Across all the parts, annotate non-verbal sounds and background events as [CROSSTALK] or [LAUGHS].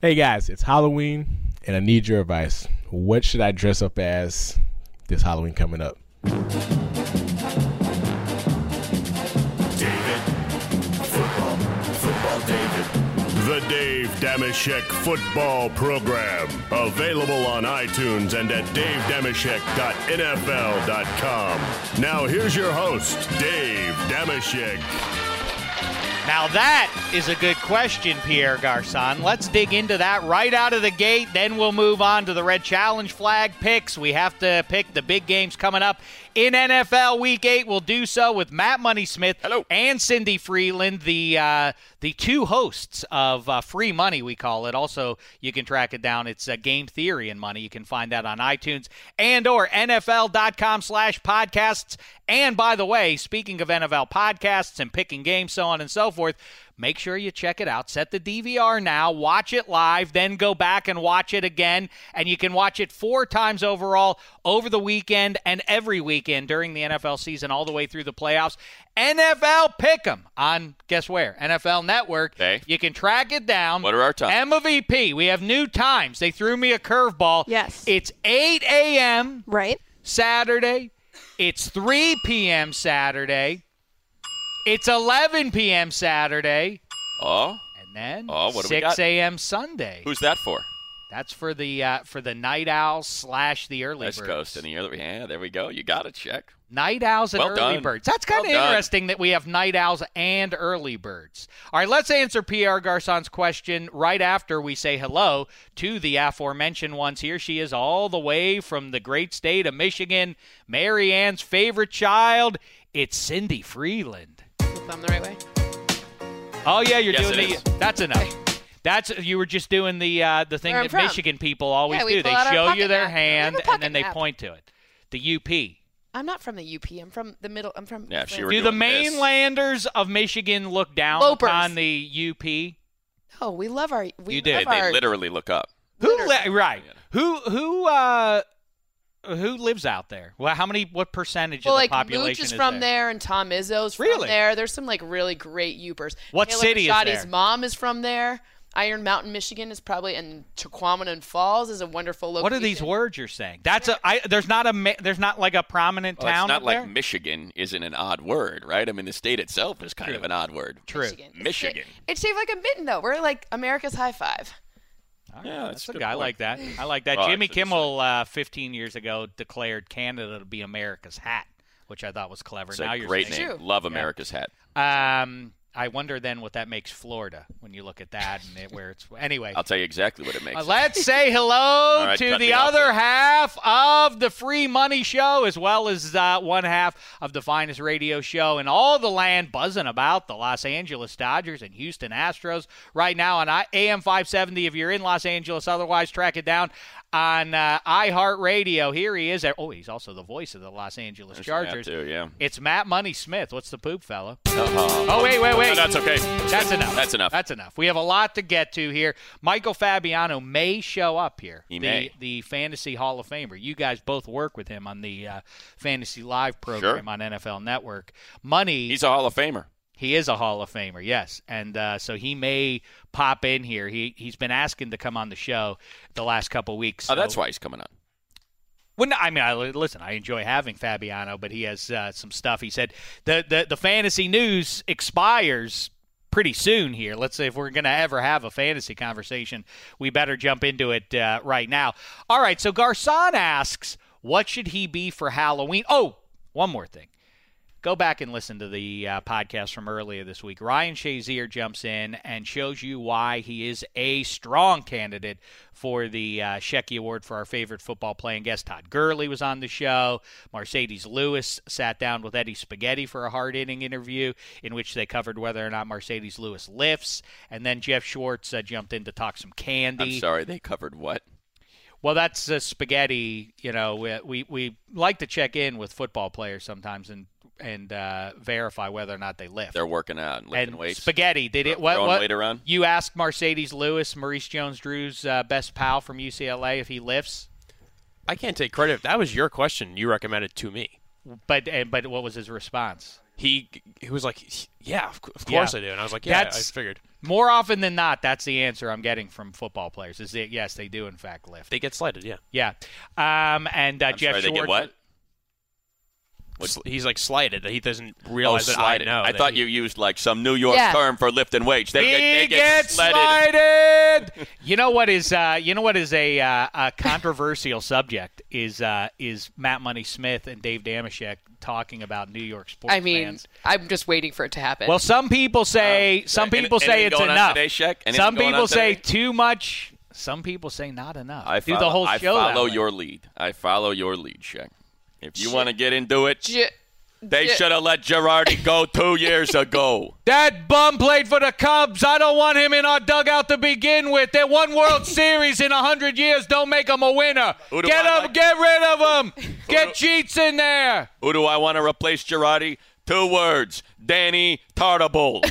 Hey guys, it's Halloween and I need your advice. What should I dress up as this Halloween coming up? David. Football. Football David. The Dave Damashek Football Program. Available on iTunes and at davedamashek.nfl.com. Now here's your host, Dave Damashek. Now that is a good question, Pierre Garcon. Let's dig into that right out of the gate. Then we'll move on to the red challenge flag picks. We have to pick the big games coming up in NFL Week Eight. We'll do so with Matt Money Smith and Cindy Freeland, the uh, the two hosts of uh, Free Money. We call it. Also, you can track it down. It's uh, Game Theory and Money. You can find that on iTunes and or NFL.com/podcasts. And by the way, speaking of NFL podcasts and picking games, so on and so forth make sure you check it out. Set the DVR now, watch it live, then go back and watch it again. And you can watch it four times overall over the weekend and every weekend during the NFL season, all the way through the playoffs. NFL Pick'em on guess where? NFL Network. Okay. You can track it down. What are our times? MVP. We have new times. They threw me a curveball. Yes. It's 8 a.m. Right? Saturday. It's 3 p.m. Saturday. It's 11 p.m. Saturday. Oh, And then Oh, what do 6 we got? a.m. Sunday. who's that for? That's for the uh, for the night owls slash the early West birds. Coast and the other. Yeah, there we go. You got to check. night owls and Well early done. birds. That's kind of Well done. interesting that we have night owls and early birds. All right, let's answer Pierre Garcon's question right after we say hello to the aforementioned ones. Here she is, all the way from the great state of Michigan. Mary Ann's favorite child. It's Cindy Freeland. thumb the right way. Oh yeah, you're Yes, doing it the. is. That's enough. That's you were just doing the uh, the thing Where I'm that from. Michigan people always Yeah, we do. They pull out our show you pocket their map. We have a hand and pocket then they map. point to it. The UP. I'm not from the UP. I'm from the middle. I'm from. Yeah, if she Atlanta. were- Do the doing this. mainlanders of Michigan look down Lopers. upon the UP? No, Oh, we love our. We You did. love They, they our- literally look up. Who li- right? Who who uh who lives out there? Well, how many? What percentage well, of the like population Mooch is from there? there? and Tom Izzo's from Really? there. There's some like really great Upers. What Taylor city is Machadi's there? mom is from there. Iron Mountain, Michigan is probably, and Tequamanon Falls is a wonderful location. What are these words you're saying? That's a. I, there's not a. ma- There's not like a prominent Well, town. Oh, it's up not like there? Michigan isn't an odd word, right? I mean, the state itself is kind of an odd word. True. Michigan. It's Michigan. shaped- It's shaped like a mitten, though. We're like America's high five. All Yeah, right, that's that's, a a good guy I point. like that. I like that. Oh, Jimmy it's interesting. Kimmel, uh, 15 years ago, declared Canada to be America's hat, which I thought was clever. It's now a you're great saying, name. True. Love America's hat. Um, I wonder then what that makes Florida when you look at that and it, where it's. Anyway, I'll tell you exactly what it makes. uh, let's [LAUGHS] say hello right, to cut the me off other there. half of the Free Money Show, as well as uh, one half of the finest radio show in all the land, buzzing about the Los Angeles Dodgers and Houston Astros right now on I- AM 570. If you're in Los Angeles, otherwise track it down on uh, iHeartRadio. Here he is. Oh, he's also the voice of the Los Angeles There's that Chargers. Too, yeah. It's Matt Money Smith. What's the poop, fella? Uh-huh. Oh, wait, wait, wait. No, that's okay. That's enough. That's enough. That's enough. We have a lot to get to here. Michael Fabiano may show up here. He the, may. The Fantasy Hall of Famer. You guys both work with him on the uh, Fantasy Live program Sure. on NFL Network. Money. He's a Hall of Famer. Oh, He is a Hall of Famer, yes, and uh, so he may pop in here. He he's been asking to come on the show the last couple weeks. Oh, that's so- why he's coming on. well, no, I mean, I, listen, I enjoy having Fabiano, but he has uh, some stuff. He said the, the the fantasy news expires pretty soon here. Let's say if we're going to ever have a fantasy conversation, we better jump into it uh, right now. All right, so Garcon asks, what should he be for Halloween? Oh, one more thing. Go back and listen to the uh, podcast from earlier this week. Ryan Shazier jumps in and shows you why he is a strong candidate for the uh, Shecky Award for our favorite football playing guest. Todd Gurley was on the show. Mercedes Lewis sat down with Eddie Spaghetti for a hard hitting interview in which they covered whether or not Mercedes Lewis lifts. And then Jeff Schwartz uh, jumped in to talk some candy. I'm sorry, they covered what? Well, that's uh, spaghetti. You know, we, we we like to check in with football players sometimes and and uh, verify whether or not they lift. They're working out, and lifting and weights. spaghetti did it. Throw- What, throwing what weight around? you asked Mercedes Lewis, Maurice Jones-Drew's uh, best pal from UCLA, if he lifts. I can't take credit. if That was your question. You recommended to me. But and, but what was his response? He he was like, yeah, of, cou- of Yeah. course I do, and I was like, yeah, That's- I figured More often than not, that's the answer I'm getting from football players. Is that yes, they do in fact lift. they get slighted. Yeah, Yeah, um, and uh, I'm Jeff sorry, they Schwartz- get what? What- Sl- he's like slighted. He doesn't realize that I slighted. know. Oh, I that thought he- you used like some New York Yeah. term for lifting weights. They get, they He get gets slighted. [LAUGHS] You know what is uh, you know what is a, uh, a controversial subject is uh, is Matt Money Smith and Dave Damashek talking about New York sports I mean, fans. I'm just waiting for it to happen. Well, some people say some Any- people say anything it's going on enough. today, Shaq? Anything some going on people say today? too much. Some people say not enough. I Do follow, the whole I show. that follow way. your lead. I follow your lead, Shaq. If you want to get into it, J- they J- should have let Girardi go two years ago. That bum played for the Cubs. I don't want him in our dugout to begin with. They won [LAUGHS] World Series in 100 years. Don't make him a winner. Who do Get I him- like? Get rid of him. Get Cheats in there. Who do I want to replace Girardi? Two words: Danny [LAUGHS] Tartable.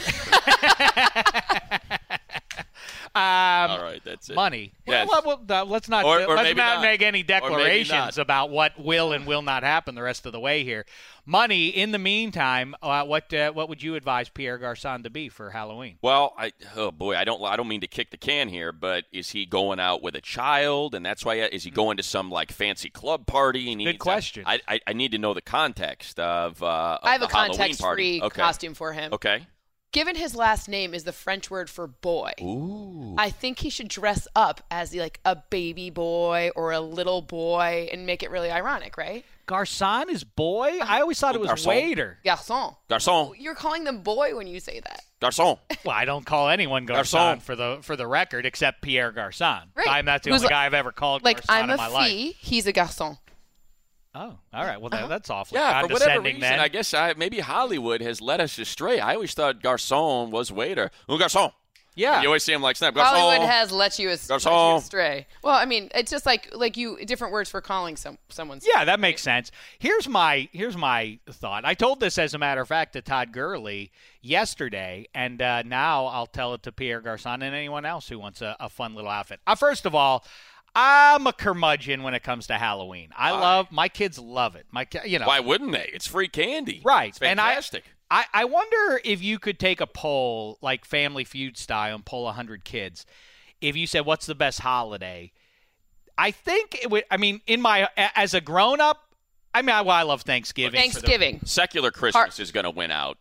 All right, that's it. Um, Money. Yes. Well, well, well, uh, let's not, Or- or let's maybe not, not. make any Or maybe declarations not. about what will and will not happen the rest of the way here. Money, in the meantime, uh, what uh, what would you advise Pierre Garcon to be for Halloween? Well, I oh boy, I don't I don't mean to kick the can here, but is he going out with a child, and that's why uh, is he going to some like fancy club party? And he Hmm. Good needs to- question. I, I I need to know the context of. Uh, of I have Oh, a the Halloween party. context-free okay. costume for him. Okay. Given his last name is the French word for boy, Ooh. I think he should dress up as like a baby boy or a little boy and make it really ironic, right? Garcon is boy? I always thought it was Garcon. waiter. Garçon. Garçon, You're calling them boy when you say that. garçon. Well, I don't call anyone Garcon, Garcon. for the for the record, except Pierre Garcon. Right. I'm that's the Who's only like- guy I've ever called Like Garcon I'm in a my fee, Uh-huh. life. he's a garçon. Oh, all right. Well, that, that's awfully Yeah, for whatever condescending reason, then. I guess I maybe Hollywood has led us astray. I always thought garçon was waiter. Un garçon. yeah. You always see him like snap. Garçon. Hollywood has let you, as- let you Garçon. astray. Well, I mean, it's just like like you different words for calling some someone. Yeah, that makes sense. Here's my here's my thought. I told this as a matter of fact to Todd Gurley yesterday, and uh, now I'll tell it to Pierre Garcon and anyone else who wants a, a fun little outfit. Uh, first of all, I'm a curmudgeon when it comes to Halloween. I love my kids love it. My ki- you know Why wouldn't they? It's free candy. Right. It's fantastic. And I, I, I wonder if you could take a poll, like Family Feud style, and poll 100 kids. If you said, what's the best holiday? I think it would, I mean, in my, a- as a grown up, I mean, I, well, I love Thanksgiving. for the- Thanksgiving. Secular Christmas is going to win out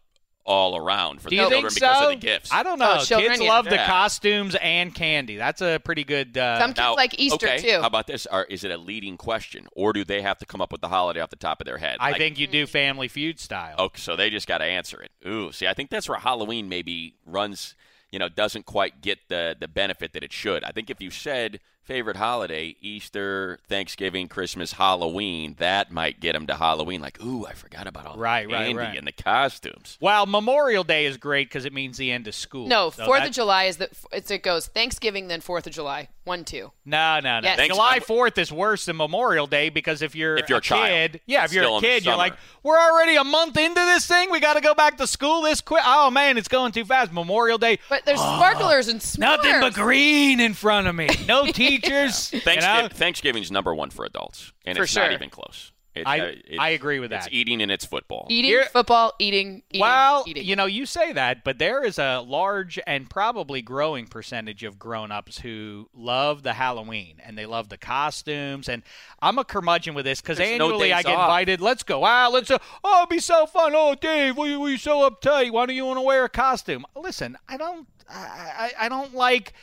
all around for do the you children think because so? of the gifts. I don't know. Oh, children, Kids yeah. love the Yeah. costumes and candy. That's a pretty good. Uh, Some kids like Easter okay, too. How about this? Are, is it a leading question, or do they have to come up with the holiday off the top of their head? I Like, think you do Family Feud style. Okay, so they just got to answer it. Ooh, see, I think that's where Halloween maybe runs. You know, doesn't quite get the the benefit that it should. I think if you said favorite holiday, Easter, Thanksgiving, Christmas, Halloween, that might get them to Halloween. Like, ooh, I forgot about all Right, the right, candy right. and the costumes. Well, Memorial Day is great because it means the end of school. No, So Fourth that- of July is the it's, it goes Thanksgiving then Fourth of July one two. No, no, no. Yes. Thanks- July Fourth is worse than Memorial Day because if you're If you're a child, kid, yeah, if it's you're still a in the kid, you're summer. like, we're already a month into this thing. We got to go back to school this quick. Oh man, it's going too fast. Memorial Day, But [GASPS] there's sparklers and s'mores. nothing but green in front of me. [LAUGHS] No teachers. you know? Thanksgiving, Thanksgiving's number one for adults, and For it's sure. not even close. It's, I- uh, it's- I agree with that. It's eating and it's football. Eating Here- football, eating, eating, Well, eating. you know, you say that, but there is a large and probably growing percentage of grown-ups who love the Halloween and they love the costumes. And I'm a curmudgeon with this because There's no annually I days get off. invited. Let's go out. Let's. Uh, oh, it'd be so fun. Oh, Dave, why are you so uptight? Why don't you want to wear a costume? Listen, I don't. I, I, I don't like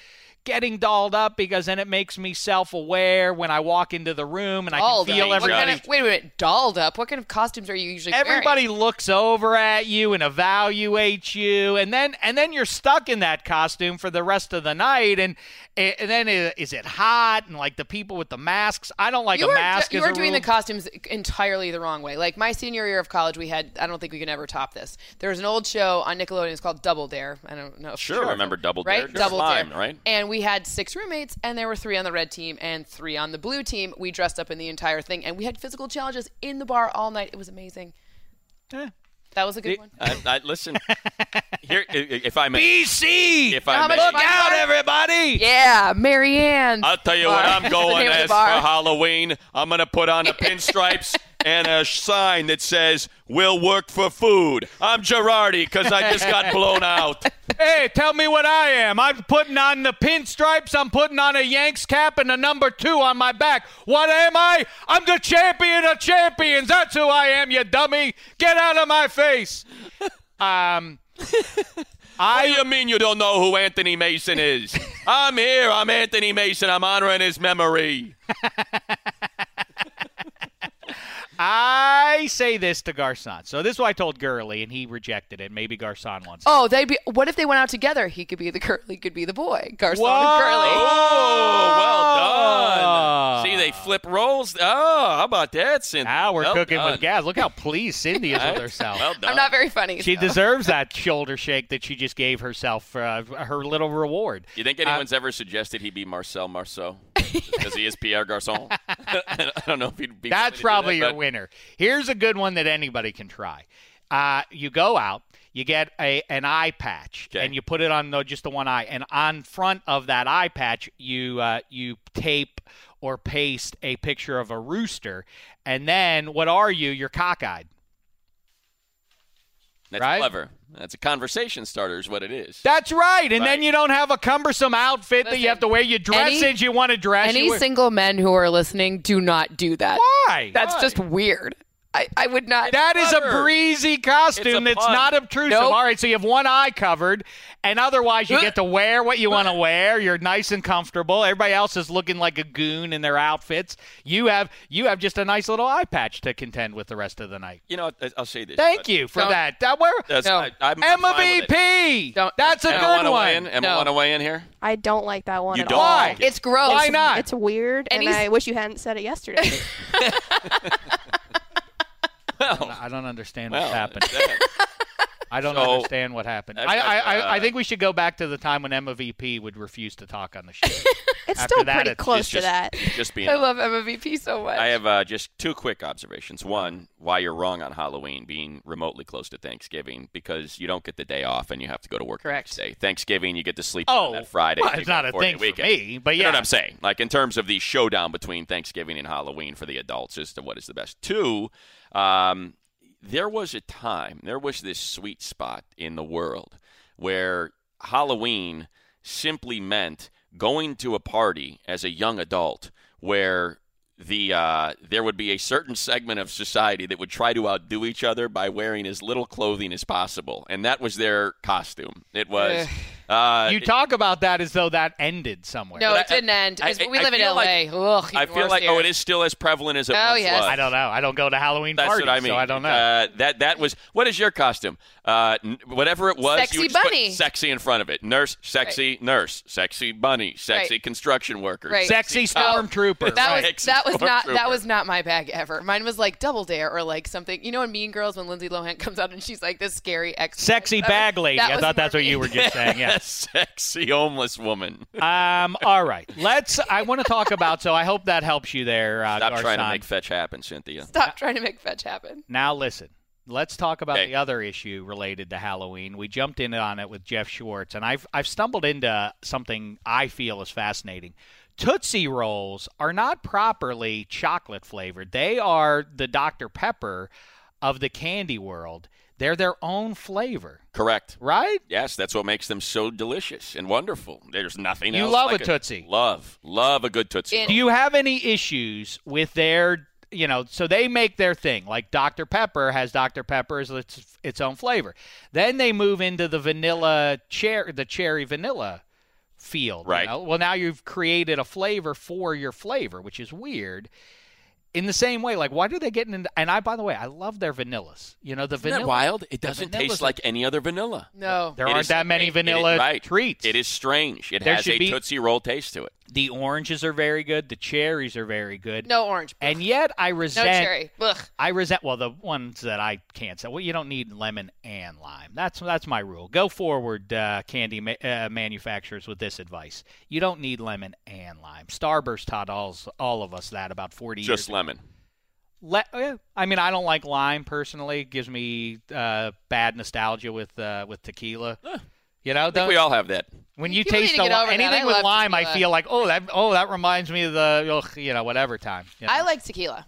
getting dolled up because then it makes me self-aware when I walk into the room and I Dolled can feel up. What everybody. kind of- wait a minute, dolled up. What kind of costumes are you usually Everybody looks over at you and evaluates you, and then and then you're stuck in that costume for the rest of the night. And eh, and then i- is it hot? And like the people with the masks, I don't like wearing? You a are, mask. you as are a doing rule. the costumes entirely the wrong way. Like my senior year of college, we had, I don't think we can ever top this. There was an old show on Nickelodeon, it's called Double Dare. I don't know if Sure, remember Double right? Dare. Sure. Double Slime, Dare. right? And we had six roommates, and there were three on the red team and three on the blue team. We dressed up in the entire thing, and we had physical challenges in the bar all night. It was amazing. Eh. That was a good one. I, I, listen, here, i- i- if I [LAUGHS] may, BC, if know I how much may, fun Look out, everybody. Yeah, Marianne. Uh, I'll tell you what I'm going as for Halloween. I'm going to put on the pinstripes and a sign that says "We'll work for food." I'm Girardi because I just got blown out. Hey, tell me what I am. I'm putting on the pinstripes. I'm putting on a Yanks cap and a number two on my back. What am I? I'm the champion of champions. That's who I am, you dummy. Get out of my face. Um, What do you mean you don't know who Anthony Mason is? I'm here. I'm Anthony Mason. I'm honoring his memory. I say this to Garcon. So this is what I told Gurley, and he rejected it. Maybe Garcon wants. Oh, they'd be. What if they went out together? He could be the girl. He could be the boy. Garcon and Oh, well done. See, they flip roles. Oh, how about that, Cynthia? Ah. Now we're Well cooking done. with gas. Look how pleased Cindy is with herself. [LAUGHS] Well Curly. done. I'm not very funny. She so. deserves that shoulder shake that she just gave herself for uh, her little reward. You think anyone's ever suggested he be Marcel Marceau? Because he is Pierre [LAUGHS] Garcon. [LAUGHS] I don't know if he'd be. willing to That's do probably that, your but winner. Here's a good one that anybody can try. Uh, you go out, you get a an eye patch, Okay. and you put it on though just the one eye, and on front of that eye patch, you uh, you tape or paste a picture of a rooster, and then what are you? You're cockeyed. That's right? clever. That's a conversation starter, is what it is. That's right. And Right. then you don't have a cumbersome outfit that you Listen, have to wear. You dress any- as you want to dress. Any you wear- single men who are listening, do not do that. Why? That's just weird. I, I would not. That is a Clever. breezy costume It's a that's pun. not obtrusive. Nope. All right, so you have one eye covered, and otherwise you get to wear what you want to wear. You're nice and comfortable. Everybody else is looking like a goon in their outfits. You have you have just a nice little eye patch to contend with the rest of the night. you know, I- I'll say this. Thank you for Don't- that. That were That's, No. I, I'm, I'm fine with it. MVP. Don't- That's a Emma good wanna one. Weigh in? Emma, No. want to weigh in here? I don't like that one You at don't? all. Why? It's gross. Why not? It's weird, And and, he's- I wish you hadn't said it yesterday. I don't understand Well, what's happened. that- I don't so- understand what happened. That's I, not, I, I, I uh, think we should go back to the time when Emma VP would refuse to talk on the [LAUGHS] show. it's After still that, pretty it's- it's close it's to just, that. Just being. I love MVP so much. I have uh, just two quick observations. One, why you're wrong on Halloween being remotely close to Thanksgiving because you don't get the day off and you have to go to work the Correct. next day. Thanksgiving, you get to sleep oh, on that Friday. well, and it's you got not a four-day thing for weekend. me. But yeah, You know what I'm saying? Like in terms of the showdown between Thanksgiving and Halloween for the adults as to what is the best. Two, um, there was a time, there was this sweet spot in the world where Halloween simply meant going to a party as a young adult where the uh, there would be a certain segment of society that would try to outdo each other by wearing as little clothing as possible, and that was their costume. It was. Uh, Eh. you talk about that as though that ended somewhere. no, but it I- didn't end. I- It's- I- we I live in LA. feel like- Ugh, even I feel worse like here. oh, it is still as prevalent as it Oh, once yes. was. I don't know. I don't go to Halloween That's parties, what I mean. so I don't know. Uh, that that was what is your costume? Uh, n- whatever it was, Sexy you would just put bunny. sexy in front of it. Nurse, sexy nurse, sexy bunny, sexy Right. construction worker, Right. Sexy cop. stormtrooper. That Right. was that was not Stormtrooper. that was not my bag ever. Mine was like Double Dare or like something. You know, in Mean Girls when Lindsay Lohan comes out and she's like this scary ex. Sexy That was- bag lady. that I was thought that's more what you me. were just saying. A Yeah. [LAUGHS] sexy homeless woman. Um. All right. Let's. I want to talk about. So I hope that helps you there, uh, Stop trying to Garcon. make fetch happen, Cynthia. Stop trying to make fetch happen. Now listen. Let's talk about Okay. the other issue related to Halloween. We jumped in on it with Jeff Schwartz, and I've I've stumbled into something I feel is fascinating. Tootsie Rolls are not properly chocolate flavored. They are the Dr Pepper of the candy world. They're their own flavor, Correct. right? Yes, that's what makes them so delicious and wonderful. There's nothing You else. love like a Tootsie. Love, love a good tootsie. In- Roll. Do you have any issues with their, you know, so they make their thing. Like Dr. Pepper has Dr. Pepper as its, its own flavor. Then they move into the vanilla cherry, the cherry vanilla field. you Right. know? Well, now you've created a flavor for your flavor, which is weird. In the same way, like why do they get in? And I, by the way, I love their vanillas. You know the Isn't vanilla. that wild? It the doesn't vanilla's taste like any other vanilla. No. There It aren't is- that many it- it- vanilla right. treats. It is strange. It There has should a be- Tootsie Roll taste to it. The oranges are very good. The cherries are very good. No orange. And yet I No resent. cherry. Ugh. I resent. Well, the ones that I can't say. Well, you don't need lemon and lime. That's that's my rule. Go forward, uh, candy ma- uh, manufacturers, with this advice. You don't need lemon and lime. Starburst taught all all of us that about forty years. Just ago. lemon. Le- eh, I mean, I don't like lime personally. It gives me uh, bad nostalgia with uh, with tequila. You know, I think don't- we all have that. when you People need taste to a get li- over that. anything I with love lime, I tequila. feel like oh that oh that reminds me of the ugh, you know whatever time. you know? I like tequila.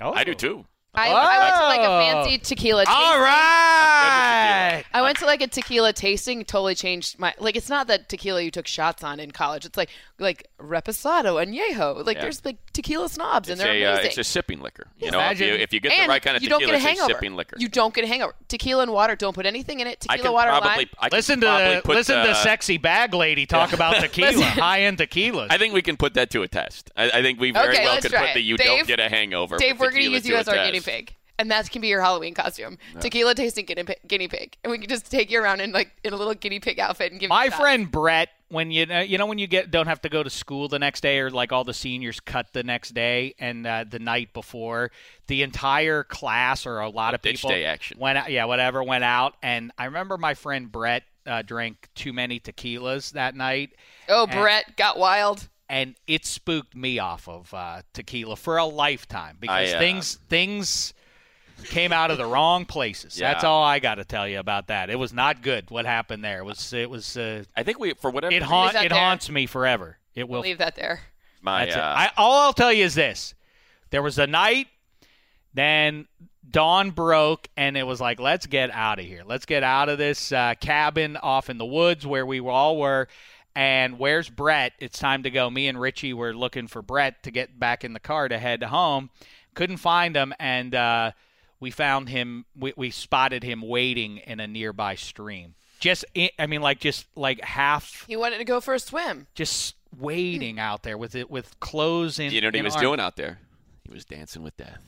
Oh. I do too. I, I went to like Oh. a fancy tequila. Tasting. All right. I went to like a tequila tasting. Totally changed my like. It's not that tequila you took shots on in college. It's like like reposado añejo. Like Yeah. there's like tequila snobs and It's they're a, uh, amazing. it's a sipping liquor. You know, if Imagine- you, if you get and the right kind of you don't tequila, get a it's hangover. sipping liquor. You don't get a hangover. Tequila and water. Don't put anything in it. I Tequila, can water, probably, lime. I could Listen to probably the, put listen to the- the sexy bag lady talk about [LAUGHS] tequila, high end tequila. uh, I think we can put that to a test. I, I think we very Okay, well let's could try put it. the you Dave- don't get a hangover. Dave, with we're going to tequila use you as a our test. guinea pig. And that can be your Halloween costume. Tequila tasting guinea pig, guinea pig. And we can just take you around in like in a little guinea pig outfit and give My you shots. friend Brett, when you uh, you know when you get don't have to go to school the next day, or like all the seniors cut the next day and uh, the night before, the entire class or a lot of Ditch people day action. went out. Yeah, whatever went out, and I remember my friend Brett uh, drank too many tequilas that night, Oh, Brett got wild. and it spooked me off of uh, tequila for a lifetime because I, uh, things things came out of the wrong [LAUGHS] places. That's Yeah. all I got to tell you about that. It was not good. What happened there It was it was uh, I think we, for whatever it haunt that it there. haunts me forever. It will. Leave that there. my, That's uh, it. I, all I'll tell you is this: there was a night, then dawn broke, and it was like, let's get out of here. Let's get out of this uh, cabin off in the woods where we all were. And where's Brett? It's time to go. Me and Richie were looking for Brett to get back in the car to head home. Couldn't find him, and uh, we found him. We, we spotted him waiting in a nearby stream. Just, i- I mean, like just like half He wanted to go for a swim. just waiting out there with it with clothes in. you know what he in was arm- doing out there? He was dancing with death.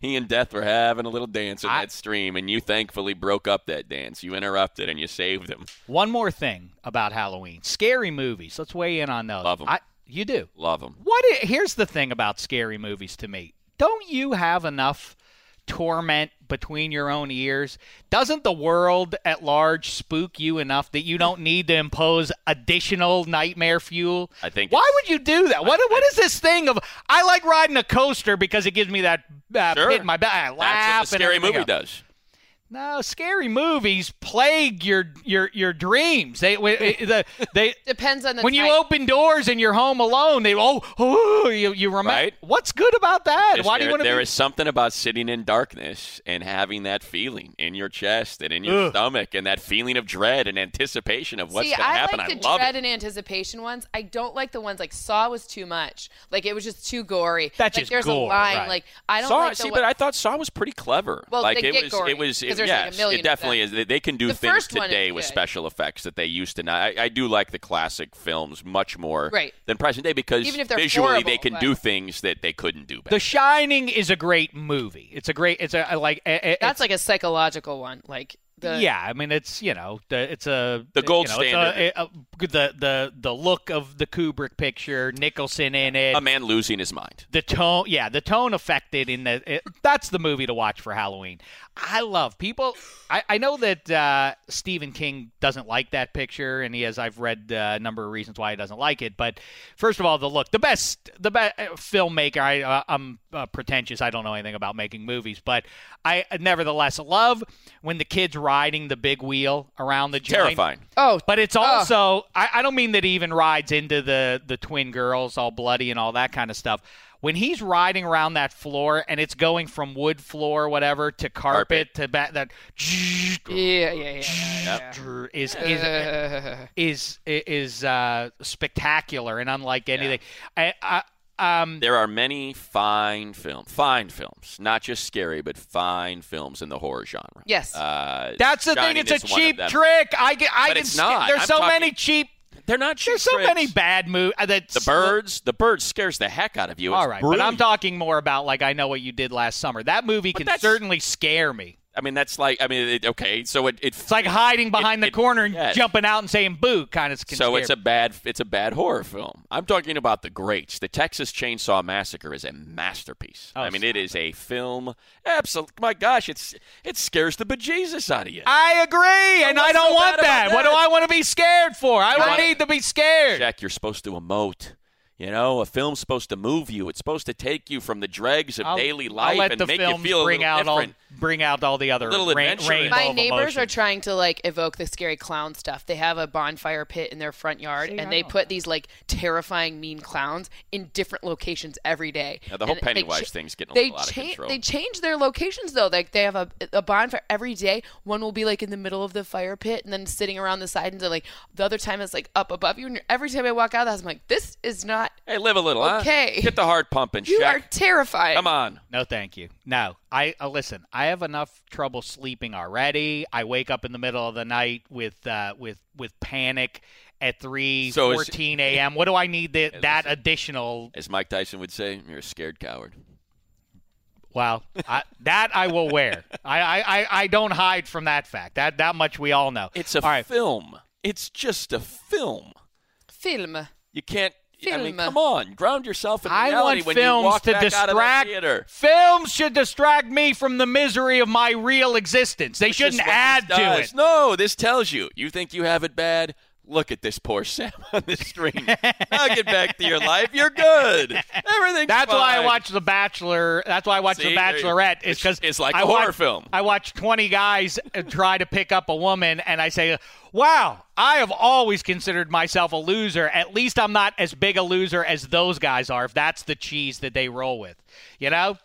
he and death were having a little dance in I- that stream, and you thankfully broke up that dance. You interrupted and you saved him. One more thing about Halloween: scary movies. Let's weigh in on those. Love 'em. I, you do. Love him. What? i- here's the thing about scary movies to me: don't you have enough torment between your own ears? Doesn't the world at large spook you enough that you don't need to impose additional nightmare fuel? I think Why it's- would you do that? What? what is this thing of? I like riding a coaster because it gives me that uh, Sure. pit in my back. I laugh That's what and the scary everything movie else. does. No, scary movies plague your your your dreams. They w- the [LAUGHS] they Depends on the when you type. open doors and you're home alone, they oh, oh you you remember Right. what's good about that? Just Why do there- you want to there be is something about sitting in darkness and having that feeling in your chest and in your stomach and that feeling of dread and anticipation of what's See, going to I happen. like the I love dread it. and anticipation ones. I don't like the ones like Saw was too much. Like it was just too gory. That's like just there's gore, a line. right. Like I don't Saw, like the see, one- but I thought Saw was pretty clever. Well, like they it get was, gory, it was, 'cause it, there's like a yes, million it of definitely them. is. They, they can do The things first one is today with good. special effects that they used to not. I, I do like the classic films much more Right. than present day because Even if they're visually they horrible, can but- do things that they couldn't do. Back. The Shining is a great movie. It's a great. It's a like. a- a- that's it's- like a psychological one. Like the yeah. I mean, it's you know, the, it's a The gold you know, it's standard. A, a- the the the look of the Kubrick picture, Nicholson in it. a man losing his mind. the tone yeah the tone affected in the it, that's the movie to watch for halloween i love people i, I know that uh, stephen king doesn't like that picture and he has i've read uh, a number of reasons why he doesn't like it but first of all the look the best the best filmmaker I, uh, i'm uh, pretentious i don't know anything about making movies but i nevertheless love when the kid's riding the big wheel around the joint. Terrifying. Oh, But it's Ah. also I, I don't mean that he even rides into the the twin girls all bloody and all that kind of stuff. When he's riding around that floor and it's going from wood floor whatever to carpet, to ba- that [LAUGHS] yeah, yeah, yeah. [LAUGHS] yeah, yeah. is is [LAUGHS] is is uh, spectacular and unlike anything. I, I Um, There are many fine film, fine films, not just scary, but fine films in the horror genre. Yes. uh, that's the Shining thing. It's a is one of cheap them. trick. I, get- I But can it's skip- not. There's I'm so talking- many cheap. They're not cheap. There's so tricks. many bad uh, movies. The birds, the bird scares the heck out of you. It's All right, but I'm brilliant. talking more about like I know what you did last summer. That movie can that's- certainly scare me. I mean, that's like, I mean, it, okay, so it, it It's like hiding behind the It- it- corner and yes. jumping out and saying "boo" kind of. Can so scare it's a me. bad it's a bad horror film. I'm talking about the greats. The Texas Chainsaw Massacre is a masterpiece. Oh, I mean, stop it is a film. Absolutely, my gosh, it's it scares the bejesus out of you. I agree, and what's I don't so want bad about that. What do that? I want to be scared for? I don't wanna- need to be scared. Jack, you're supposed to emote. You know, a film's supposed to move you. It's supposed to take you from the dregs of I'll- daily I'll life let and the make you films feel a bring little out different. all bring out all the other Little rain- adventurous. rainbow My of neighbors are emotions. trying to like evoke the scary clown stuff. They have a bonfire pit in their front yard, and they put these like terrifying, mean clowns in different locations every day. Yeah, the whole And they Pennywise thing's getting a they lot of cha- control. They change their locations though. Like they have a, a bonfire every day. One will be like in the middle of the fire pit, and then sitting around the side, and they're, like the other time it's like up above you. And every time I walk out of the house, I'm like, this is not. Hey, live a little, Okay. huh? Get the heart pumping, You Shaq. are terrified. Come on. No, thank you. No, I uh, listen. I have enough trouble sleeping already. I wake up in the middle of the night with uh, with with panic at three So fourteen is- a.m. What do I need that that listen. additional? As Mike Tyson would say, you're a scared coward. Well, I, that I will wear. I, I I- I don't hide from that fact. That that much we all know. It's a all right. film. It's just a film. Film. You can't. I mean, Film. come on, ground yourself in I reality want when you films walk to back out of that distract. theater. Films should distract me from the misery of my real existence. They That's shouldn't just what add this to does. it. No, this tells you. You think you have it bad? Look at this poor [LAUGHS] Sam on the screen. now get back to your life. You're good. Everything's That's why I fine. watch The Bachelor. That's why I watch See, The there you- Bachelorette. Is which because is like a a horror film. I watch twenty guys uh, try to pick up a woman, and I say, "Wow, I have always considered myself a loser. At least I'm not as big a loser as those guys are. If that's the cheese that they roll with, you know."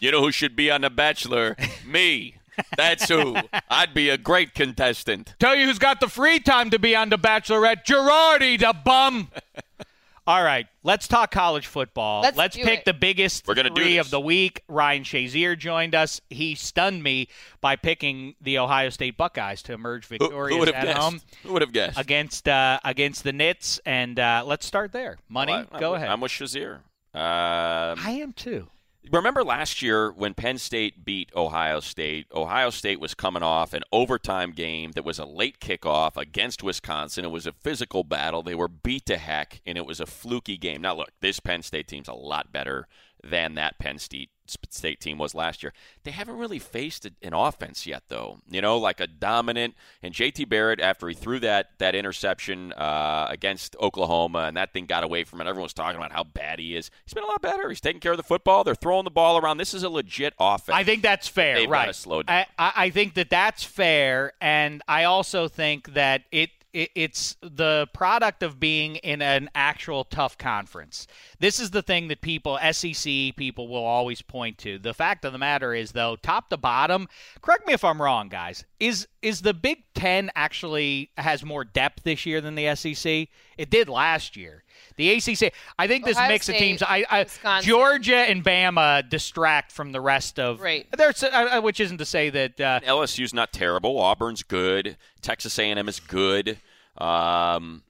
You know who should be on The Bachelor? Me. That's who. I'd be a great contestant. Tell you who's got the free time to be on The Bachelorette, Girardi, the bum. [LAUGHS] All right, let's talk college football. Let's do pick it. the biggest We're gonna do three this. of the week. Ryan Shazier joined us. He stunned me by picking the Ohio State Buckeyes to emerge Who, who victorious would have at guessed? home Who would have guessed? against uh, against the Knicks. And uh, let's start there. Money, Well, I- go I'm- ahead. I'm with Shazier. Um, I am too. Remember last year when Penn State beat Ohio State? Ohio State was coming off an overtime game that was a late kickoff against Wisconsin. It was a physical battle. They were beat to heck, and it was a fluky game. Now, look, this Penn State team's a lot better than that Penn State State team was last year. They haven't really faced an offense yet, though. You know, like a dominant and JT Barrett after he threw that that interception uh, against Oklahoma and that thing got away from it. Everyone's talking about how bad he is. He's been a lot better. He's taking care of the football. They're throwing the ball around. This is a legit offense. I think that's fair, They've right? gotta slow down. I, I, I think that that's fair, and I also think that it, it it's the product of being in an actual tough conference. This is the thing that people SEC people will always point to. The fact of the matter is, though, top to bottom, correct me if I'm wrong, guys. Is is the Big Ten actually has more depth this year than the SEC? It did last year. The ACC, I think this Ohio mix of State, teams. I, I Wisconsin. Georgia and Bama distract from the rest of Right. there's, uh, uh, which isn't to say that uh, LSU's not terrible. Auburn's good. Texas A&M is good. Um,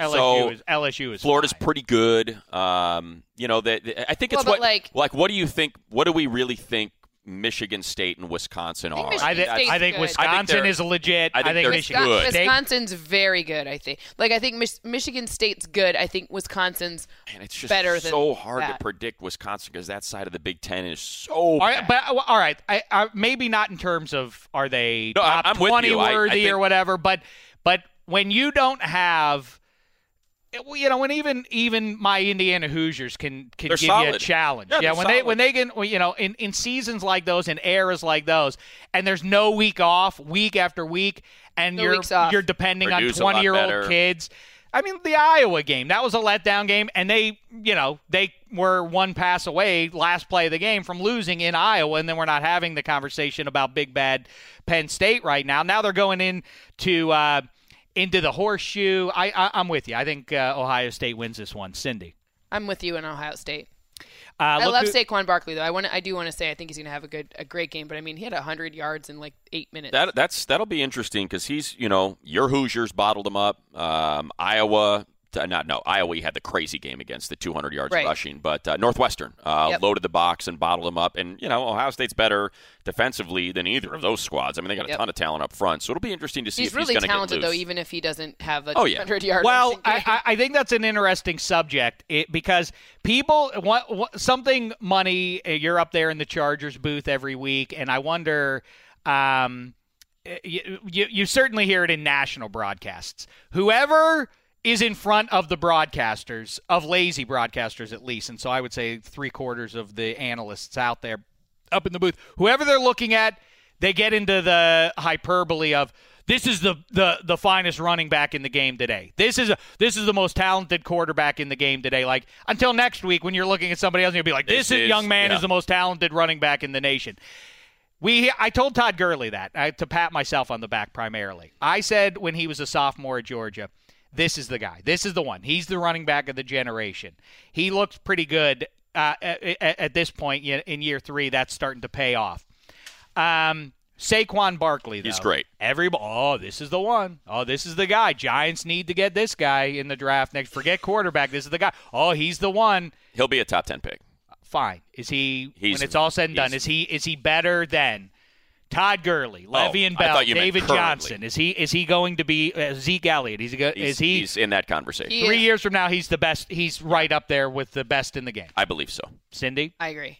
LSU So, is LSU is Florida's fine. pretty good. Um, you know that that- I think it's Well, but what like- what do you think? What do we really think? Michigan State and Wisconsin are. Michigan I, thi- State's I think good. I think Wisconsin they're- is legit. I think they're Michigan good. State- Wisconsin's very good, I think. Like I think Mich- Michigan State's good. I think Wisconsin's And it's just better than so hard that. to predict Wisconsin because that side of the Big Ten is so. All bad. right, but uh, all right, I, I, maybe not in terms of are they No, I- top I'm with twenty you. I- I worthy or think- whatever, but but when you don't have, it- well, you know, when even even my Indiana Hoosiers can can They're give you a solid. challenge. Yeah, they're when they solid. when they can, well, you know, in in seasons like those, in eras like those, and there's no week off, week after week, and No you're weeks off. you're depending Purdue's a on lot twenty year old better. kids. I mean, the Iowa game, that was a letdown game, and they, you know, they were one pass away last play of the game from losing in Iowa, and then we're not having the conversation about big bad Penn State right now. Now they're going in to uh, into the horseshoe. I, I I'm with you. I think uh, Ohio State wins this one, Cindy. I'm with you in Ohio State. Uh, I look love who- Saquon Barkley though. I want I do want to say I think he's going to have a good a great game, but I mean he had 100 yards in like 8 minutes. That that's that'll be interesting because he's you know your Hoosiers bottled him up. Um, Iowa, uh, not no Iowa had the crazy game against the 200 yards Right. rushing, but uh, Northwestern uh, Yep. loaded the box and bottled him up. And you know Ohio State's better defensively than either of those squads. I mean they got a Yep. ton of talent up front, so it'll be interesting to see he's if really he's going to talented get though loose. even if he doesn't have a Oh, yeah. 100 yard Well, rushing game. I, I I think that's an interesting subject it, because people want, want something money. uh, You're up there in the Chargers booth every week, and I wonder. Um, y- you, you you certainly hear it in national broadcasts. Whoever is in front of the broadcasters of lazy broadcasters at least, and so I would say three quarters of the analysts out there up in the booth, whoever they're looking at, they get into the hyperbole of this is the the the finest running back in the game today. This is a, this is the most talented quarterback in the game today. Like until next week when you're looking at somebody else, you'll be like, this, This is, is- young man yeah. is the most talented running back in the nation. We I told Todd Gurley that I, to pat myself on the back primarily. I said when he was a sophomore at Georgia, this is the guy. This is the one. He's the running back of the generation. He looks pretty good uh, at, at- at this point in in year three. That's starting to pay off. Um, Saquon Barkley, though. He's great. Every oh, this is the one. Oh, this is the guy. Giants need to get this guy in the draft next. Forget quarterback. This is the guy. Oh, he's the one. He'll be a top ten pick. Fine. Is he He's- when it's all said and done? he's- Oh, Is he is he better than Todd Gurley, Le'Veon I Bell, thought you meant David currently. Johnson? Is he is he going to be uh, Zeke Elliott? Is he go, He's, is he, he's in that conversation? He- three is. years from now? He's the best. He's right up there with the best in the game. I believe so. Cindy, I agree.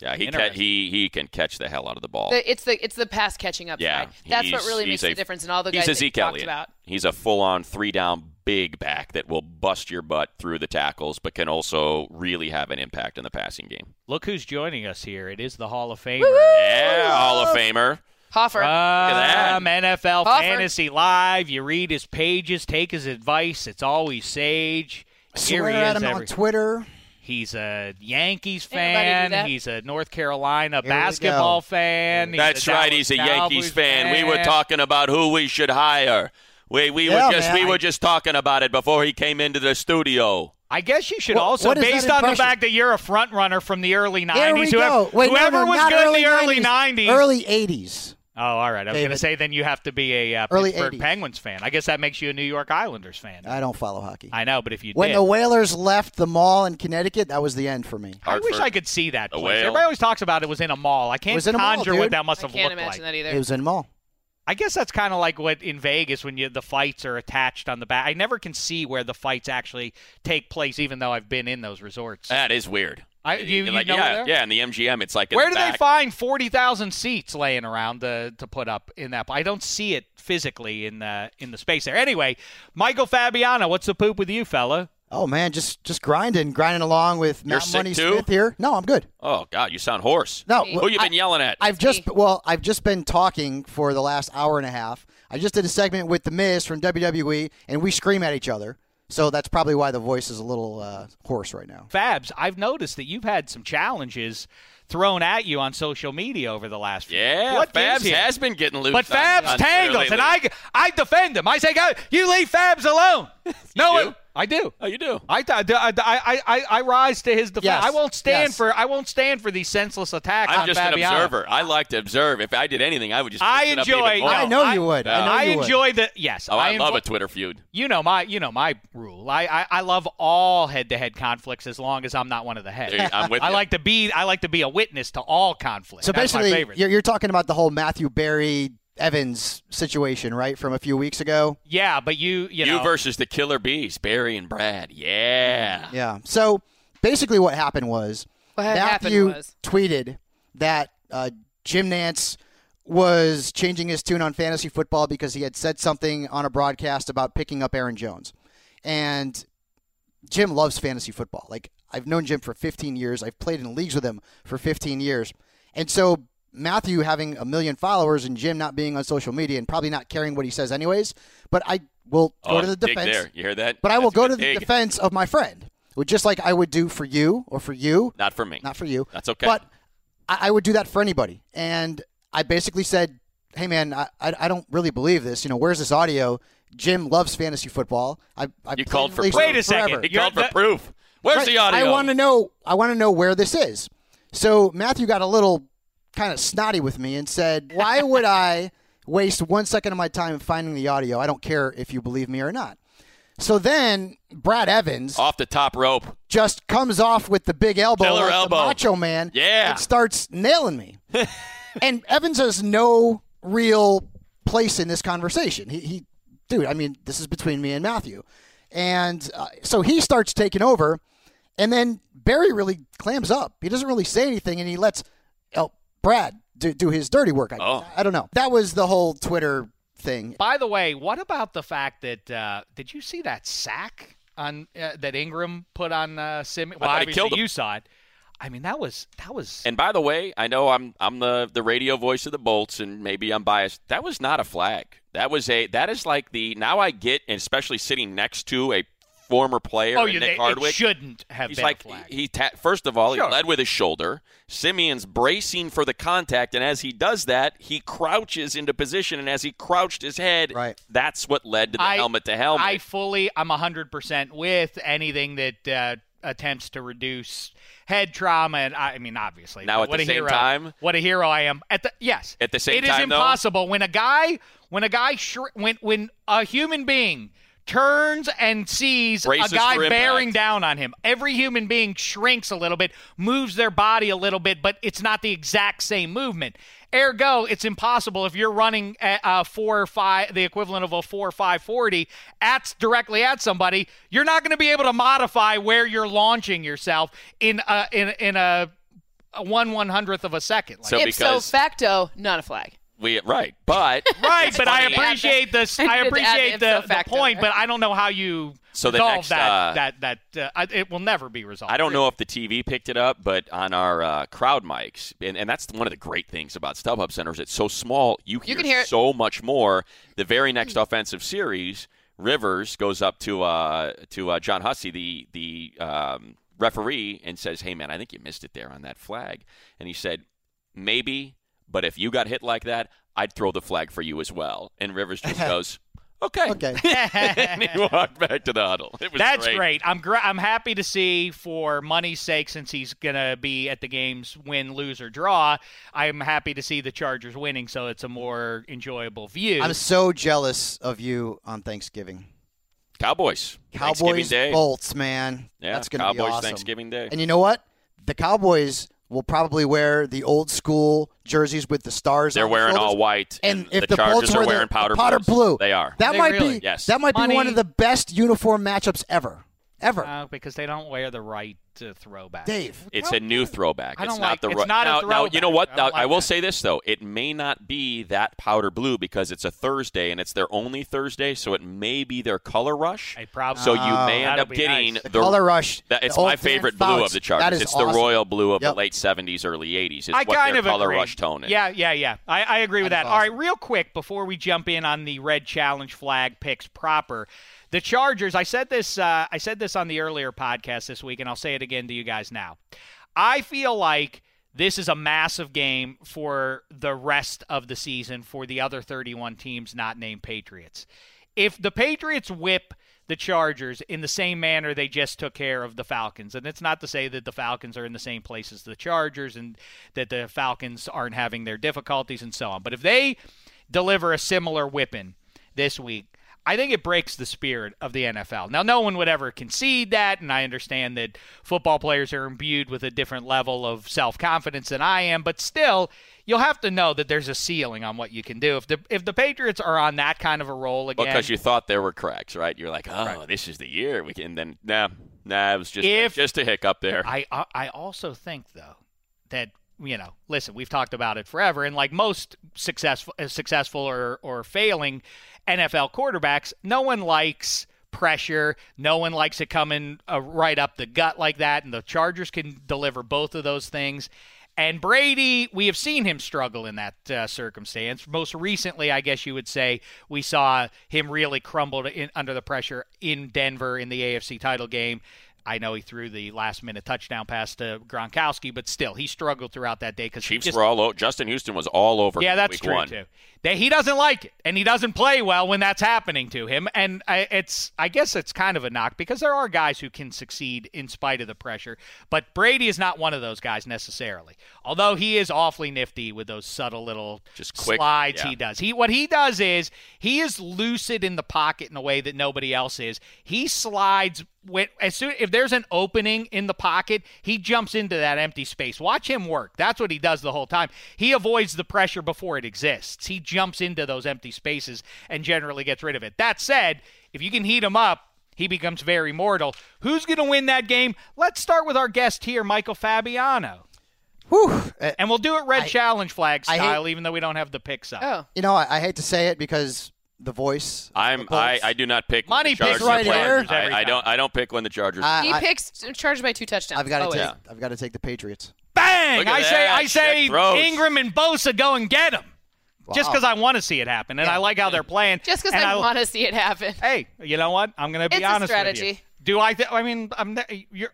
Yeah, he ca- Interesting. he he can catch the hell out of the ball. The- it's the it's the pass catching up Yeah, side. That's what he's- really he's makes a- the difference in all the He's guys a that you Zeke talked Elliott. about. He's a full-on three-down big back that will bust your butt through the tackles, but can also really have an impact in the passing game. look who's joining us here. It is the Hall of Famer. Yeah, Hall of Famer. Hoffer. Uh, that. From NFL Hoffer. Fantasy Live. You read his pages, take his advice. It's always sage. Here he Swear at is him every- on Twitter. He's a Yankees Ain't nobody do fan. that. He's a North Carolina we basketball go. fan. He's That's a right. Dallas He's a Cowboys Yankees fan. We were talking about who we should hire. We we Yeah, were just man, we were I- just talking about it before he came into the studio. I guess you should What- also, what is that based on the impression? fact that you're a front runner from the early '90s, There we whoever, go. Wait, no, whoever no, was not good early in the early '90s. early '80s. oh, all right. I was going to David. say then you have to be a uh, Early Pittsburgh 80s. Penguins fan. I guess that makes you a New York Islanders fan. I don't follow hockey. I know, but if you when did, the Whalers left the mall in Connecticut, that was the end for me. I wish Hartford. I could see that The place. whale. Everybody always talks about it was in a mall. I can't was in a mall, conjure what dude. that must I have can't looked like. imagine that either. It was in the mall. I guess that's kind of like what in Vegas when you the fights are attached on the back. I never can see where the fights actually take place, even though I've been in those resorts. That is weird. I- you- you like, know yeah, there? yeah, in the MGM, it's like in where the do they back. find forty thousand seats laying around to, to put up in that? I don't see it physically in the in the space there. Anyway, Michael Fabiano, what's the poop with you, fella? Oh man, just just grinding, grinding along with You're Mount sick Money too? Smith here. No, I'm good. Oh God, you sound hoarse. No, Hey. well, Who you been I- yelling at? I've just well, I've just been talking for the last hour and a half. I just did a segment with the Miz from WWE, and we scream at each other. So that's probably why the voice is a little uh, hoarse right now. Fabs, I've noticed that you've had some challenges thrown at you on social media over the last few. yeah, what gives Fabs here? has been getting loose. But on- Fabs on Twitter tangles, and lately. I I defend him. I say, "Go- you leave Fabs [LAUGHS] alone. no, do? it- I do. Oh, you do. I, I, I, I, I- I rise to his defense. Yes, I won't stand yes. for I won't stand for these senseless attacks. I'm on just Fabiano. an observer. I like to observe. If I did anything, I would just. I mix it up enjoy- even more. I know you would. I, know I you would. enjoy the yes. Oh, I, enjoy- love a Twitter feud. You know my you know my rule. I, I, I love all head to head conflicts as long as I'm not one of the There you- heads. [LAUGHS] I'm with I you. like to be I like to be a witness to all conflict. So That's my basically, favorite. you're, you're talking about the whole Matthew Barry Evans situation, right, from a few weeks ago. yeah, but you you You, know versus the Killer Bees, Barry and Brad. Yeah. Yeah. So basically, what happened was What had Matthew happened was- tweeted that uh, Jim Nance was changing his tune on fantasy football because he had said something on a broadcast about picking up Aaron Jones, and Jim loves fantasy football. Like I've known Jim for 15 years. I've played in leagues with him for 15 years, and so. Matthew having a million followers and Jim not being on social media and probably not caring what he says anyways, but I will go Oh, to the dig defense. There. You hear that? But I will That's a go good to the dig. defense of my friend, which just like I would do for you or for you, Not for me. not for you. That's okay. But I, I would do that for anybody. And I basically said, hey, man, I, I, I don't really believe this. You know, where's this audio? Jim loves fantasy football. I, I You called for played in proof. leagues Wait a second. forever. he You're called for the- proof. Where's Right. the audio? I want to know. I want to know where this is. So Matthew got a little kind of snotty with me [LAUGHS] and said, "Why would I waste one second of my time finding the audio? I don't care if you believe me or not." So then Brad Evans Off the top rope. just comes off with the big elbow, Killer like the elbow. Macho Man, Yeah. and starts [LAUGHS] nailing me. and Evans has no real place in this conversation. He, he dude, I mean, this is between me and Matthew, and uh, so he starts taking over, and then Barry really clams up. He doesn't really say anything, and he lets oh, Brad do, do his dirty work. I, Oh. I don't know. That was the whole Twitter thing. By the way, what about the fact that uh, did you see that sack on uh, that Ingram put on uh, Simmons? Well, thought he obviously killed him. you saw it. I mean, that was that was. And by the way, I know I'm I'm the the radio voice of the Bolts, and maybe I'm biased. That was not a flag. That was a that is like the now I get, and especially sitting next to a former player, oh, in you Nick they- it Hardwick. shouldn't have He's been like a flag. he ta- first of all Sure. he led with his shoulder. Simeon's bracing for the contact, and as he does that, he crouches into position. And as he crouched his head, Right. that's what led to the I- helmet to helmet. I fully, I'm 100% with anything that uh, attempts to reduce head trauma. And I, I mean, obviously, Now but at what the a same hero, time- what a hero I am. At the yes, At the same it is time, though- impossible when a guy, when a guy, shri- when when a human being turns and sees Braces a guy for impact. bearing down on him. Every human being shrinks a little bit, moves their body a little bit, but it's not the exact same movement. Ergo, it's impossible if you're running at uh, four or five, the equivalent of a four or five forty, at directly at somebody. You're not going to be able to modify where you're launching yourself in a in in a, a one one hundredth of a second. Like, So Ipso because- facto, not a flag. we right, but [LAUGHS] right, it's but I funny. appreciate this. I I needed to [LAUGHS] add the appreciate the, ipso the facto point, there. but I don't know how you So the resolve next, that, uh, that that uh, I- it will never be resolved. I don't know if the TV picked it up, but on our uh, crowd mics, and, and that's one of the great things about StubHub centers. It's so small, you hear, You can hear it. so much more. The very next offensive series, Rivers goes up to uh, to uh, John Hussey, the the um, referee, and says, "Hey man, I think you missed it there on that flag." And he said, "Maybe, but if you got hit like that, I'd throw the flag for you as well." And Rivers just goes, "Okay," Okay. [LAUGHS] and he walked back to the huddle. It was That's great. great. I'm gr- I'm happy to see for money's sake since he's gonna be at the games win, lose or draw. I'm happy to see the Chargers winning, so it's a more enjoyable view. I'm so jealous of you on Thanksgiving. Cowboys. Thanksgiving Cowboys Day. Bolts, man. Yeah, That's gonna Cowboys be awesome. Thanksgiving Day. And you know what? The Cowboys will probably wear the old school jerseys with the stars. They're on the wearing shoulders. all white, And and, if the, the Chargers Bolts were are the- wearing the powder, powder blues. blue. They are. That They might really- be Yes. that might Money- be one of the best uniform matchups ever, ever. Uh, because they don't wear the right uh, throwback. Dave, It's a new throwback. I don't it's not like- the it's ro- not a now, now, you know throwback. what? I don't Now, I like will that. say this though: it may not be that powder blue because it's a Thursday and it's their only Thursday, so it may be their color rush. They probably- so you may Oh. end up That'll be getting nice. the, the color rush. That, it's the old my favorite Dan blue Fouts. of the Chargers. That is it's awesome. the royal blue of Yep. the late '70s, early '80s. It's I what kind their of color agree. rush tone is. Yeah, yeah, yeah. I, I agree with That's that. All right, real quick before we jump in on the red challenge flag picks proper, the Chargers. I said this. Uh, I said this on the earlier podcast this week, and I'll say it again to you guys now. I feel like this is a massive game for the rest of the season for the other 31 teams not named Patriots. If the Patriots whip the Chargers in the same manner they just took care of the Falcons, and it's not to say that the Falcons are in the same place as the Chargers and that the Falcons aren't having their difficulties and so on, but if they deliver a similar whipping this week, I think it breaks the spirit of the NFL. Now, no one would ever concede that, and I understand that football players are imbued with a different level of self confidence than I am, but still, you'll have to know that there's a ceiling on what you can do. If the if the Patriots are on that kind of a roll again, Because you thought there were cracks, right? You're like, oh, this is the year we can. And then, nah, nah, it was just If- just a hiccup there. I I- I also think though that you know, listen, we've talked about it forever, and like most successful, uh, successful or or failing NFL quarterbacks, no one likes pressure. No one likes it coming uh, right up the gut like that, and the Chargers can deliver both of those things. And Brady, we have seen him struggle in that uh, circumstance. Most recently, I guess you would say, we saw him really crumble to- in, under the pressure in Denver in the AFC title game. I know he threw the last minute touchdown pass to Gronkowski, but still, he struggled throughout that day because Chiefs just, were all over. Justin Houston was all over. yeah, that's week true one. too. That he doesn't like it, and he doesn't play well when that's happening to him. And I, it's, I guess, it's kind of a knock because there are guys who can succeed in spite of the pressure, but Brady is not one of those guys necessarily. Although he is awfully nifty with those subtle little Just quick, slides yeah. he does. He what he does is he is lucid in the pocket in a way that nobody else is. He slides when as soon if there's an opening in the pocket, he jumps into that empty space. Watch him work. That's what he does the whole time. He avoids the pressure before it exists. He jumps into those empty spaces and generally gets rid of it. That said, if you can heat him up, he becomes very mortal. Who's going to win that game? Let's start with our guest here, Michael Fabiano. Whew. Uh, And we'll do it red I- challenge flag I hate- style, even though we don't have the picks up. Oh, You know, I, I hate to say it because the voice. I'm I, I do not pick Money when the Chargers picks are right playing. here. every I, I time. don't I don't pick when the Chargers. I, he I, picks uh, charged by two touchdowns. I've got to Always. take. I've got to take the Patriots. Bang! Look at I say, that. I say, Check throws. Ingram and Bosa go and get him, just Wow. because I want to see it happen, and I like how they're playing. Just because and I want to see it happen. [LAUGHS] Hey, you know what? I'm going to be It's a honest with strategy. you. Do I? Th- I mean, I'm. ne- You're.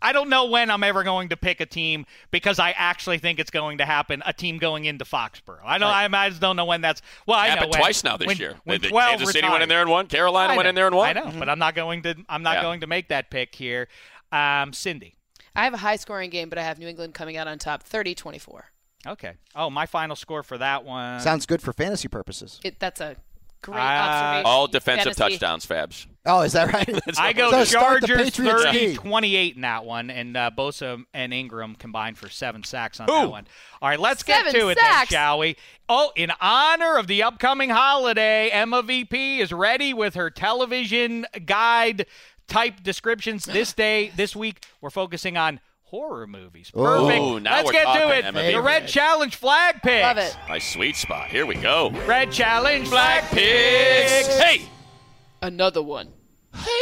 I don't know when I'm ever going to pick a team because I actually think it's going to happen. A team going into Foxborough. I don't. I, I just don't know when that's. Well, I know happened when- twice now this when- year. When The- the 12 Kansas City went in retired. there and won. Carolina I went know. in there and won. I know, but I'm not going to. I'm not Yeah. going to make that pick here. Um, Cindy. [LAUGHS] I have a high scoring game, but I have New England coming out on top 30 24. Okay. Oh, my final score for that one. Sounds good for fantasy purposes. It, that's a great Uh, observation. Ah, All defensive Tennessee. touchdowns, Fabs. Oh, is [LAUGHS] that right? I go [LAUGHS] So start the Chargers Patriots 30 D. 28 in that one, and uh, Bosa and Ingram combined for seven sacks on Who? that one. All right, let's get Seven to it sacks? then, shall we? Oh, in honor of the upcoming holiday, Emma VP is ready with her television guide type descriptions. This day, this week, we're focusing on horror movies. Perfect. Ooh, now let's we're get talking, to it. Emma the VP. Red Challenge flag picks. Love it. My sweet spot. Here we go. Red Challenge flag Picks. picks. Hey. Another one.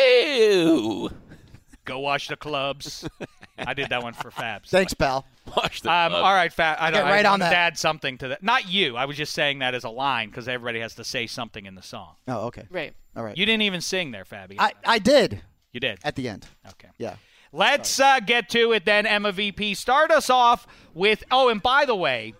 Hey. Go wash the clubs. I did that one for Fabs. Thanks, pal. Watch the Um, club. all right, Fat. I, Uh, Get I right on wanted to that. Add something to that. Not you. I was just saying that as a line because everybody has to say something in the song. Oh, okay. Right. All right. You didn't even sing there, Fabi. I, I did you did. at the end. okay. Yeah. Let's uh, get to it then, Emma VP. Start us off with. Oh, and by the way,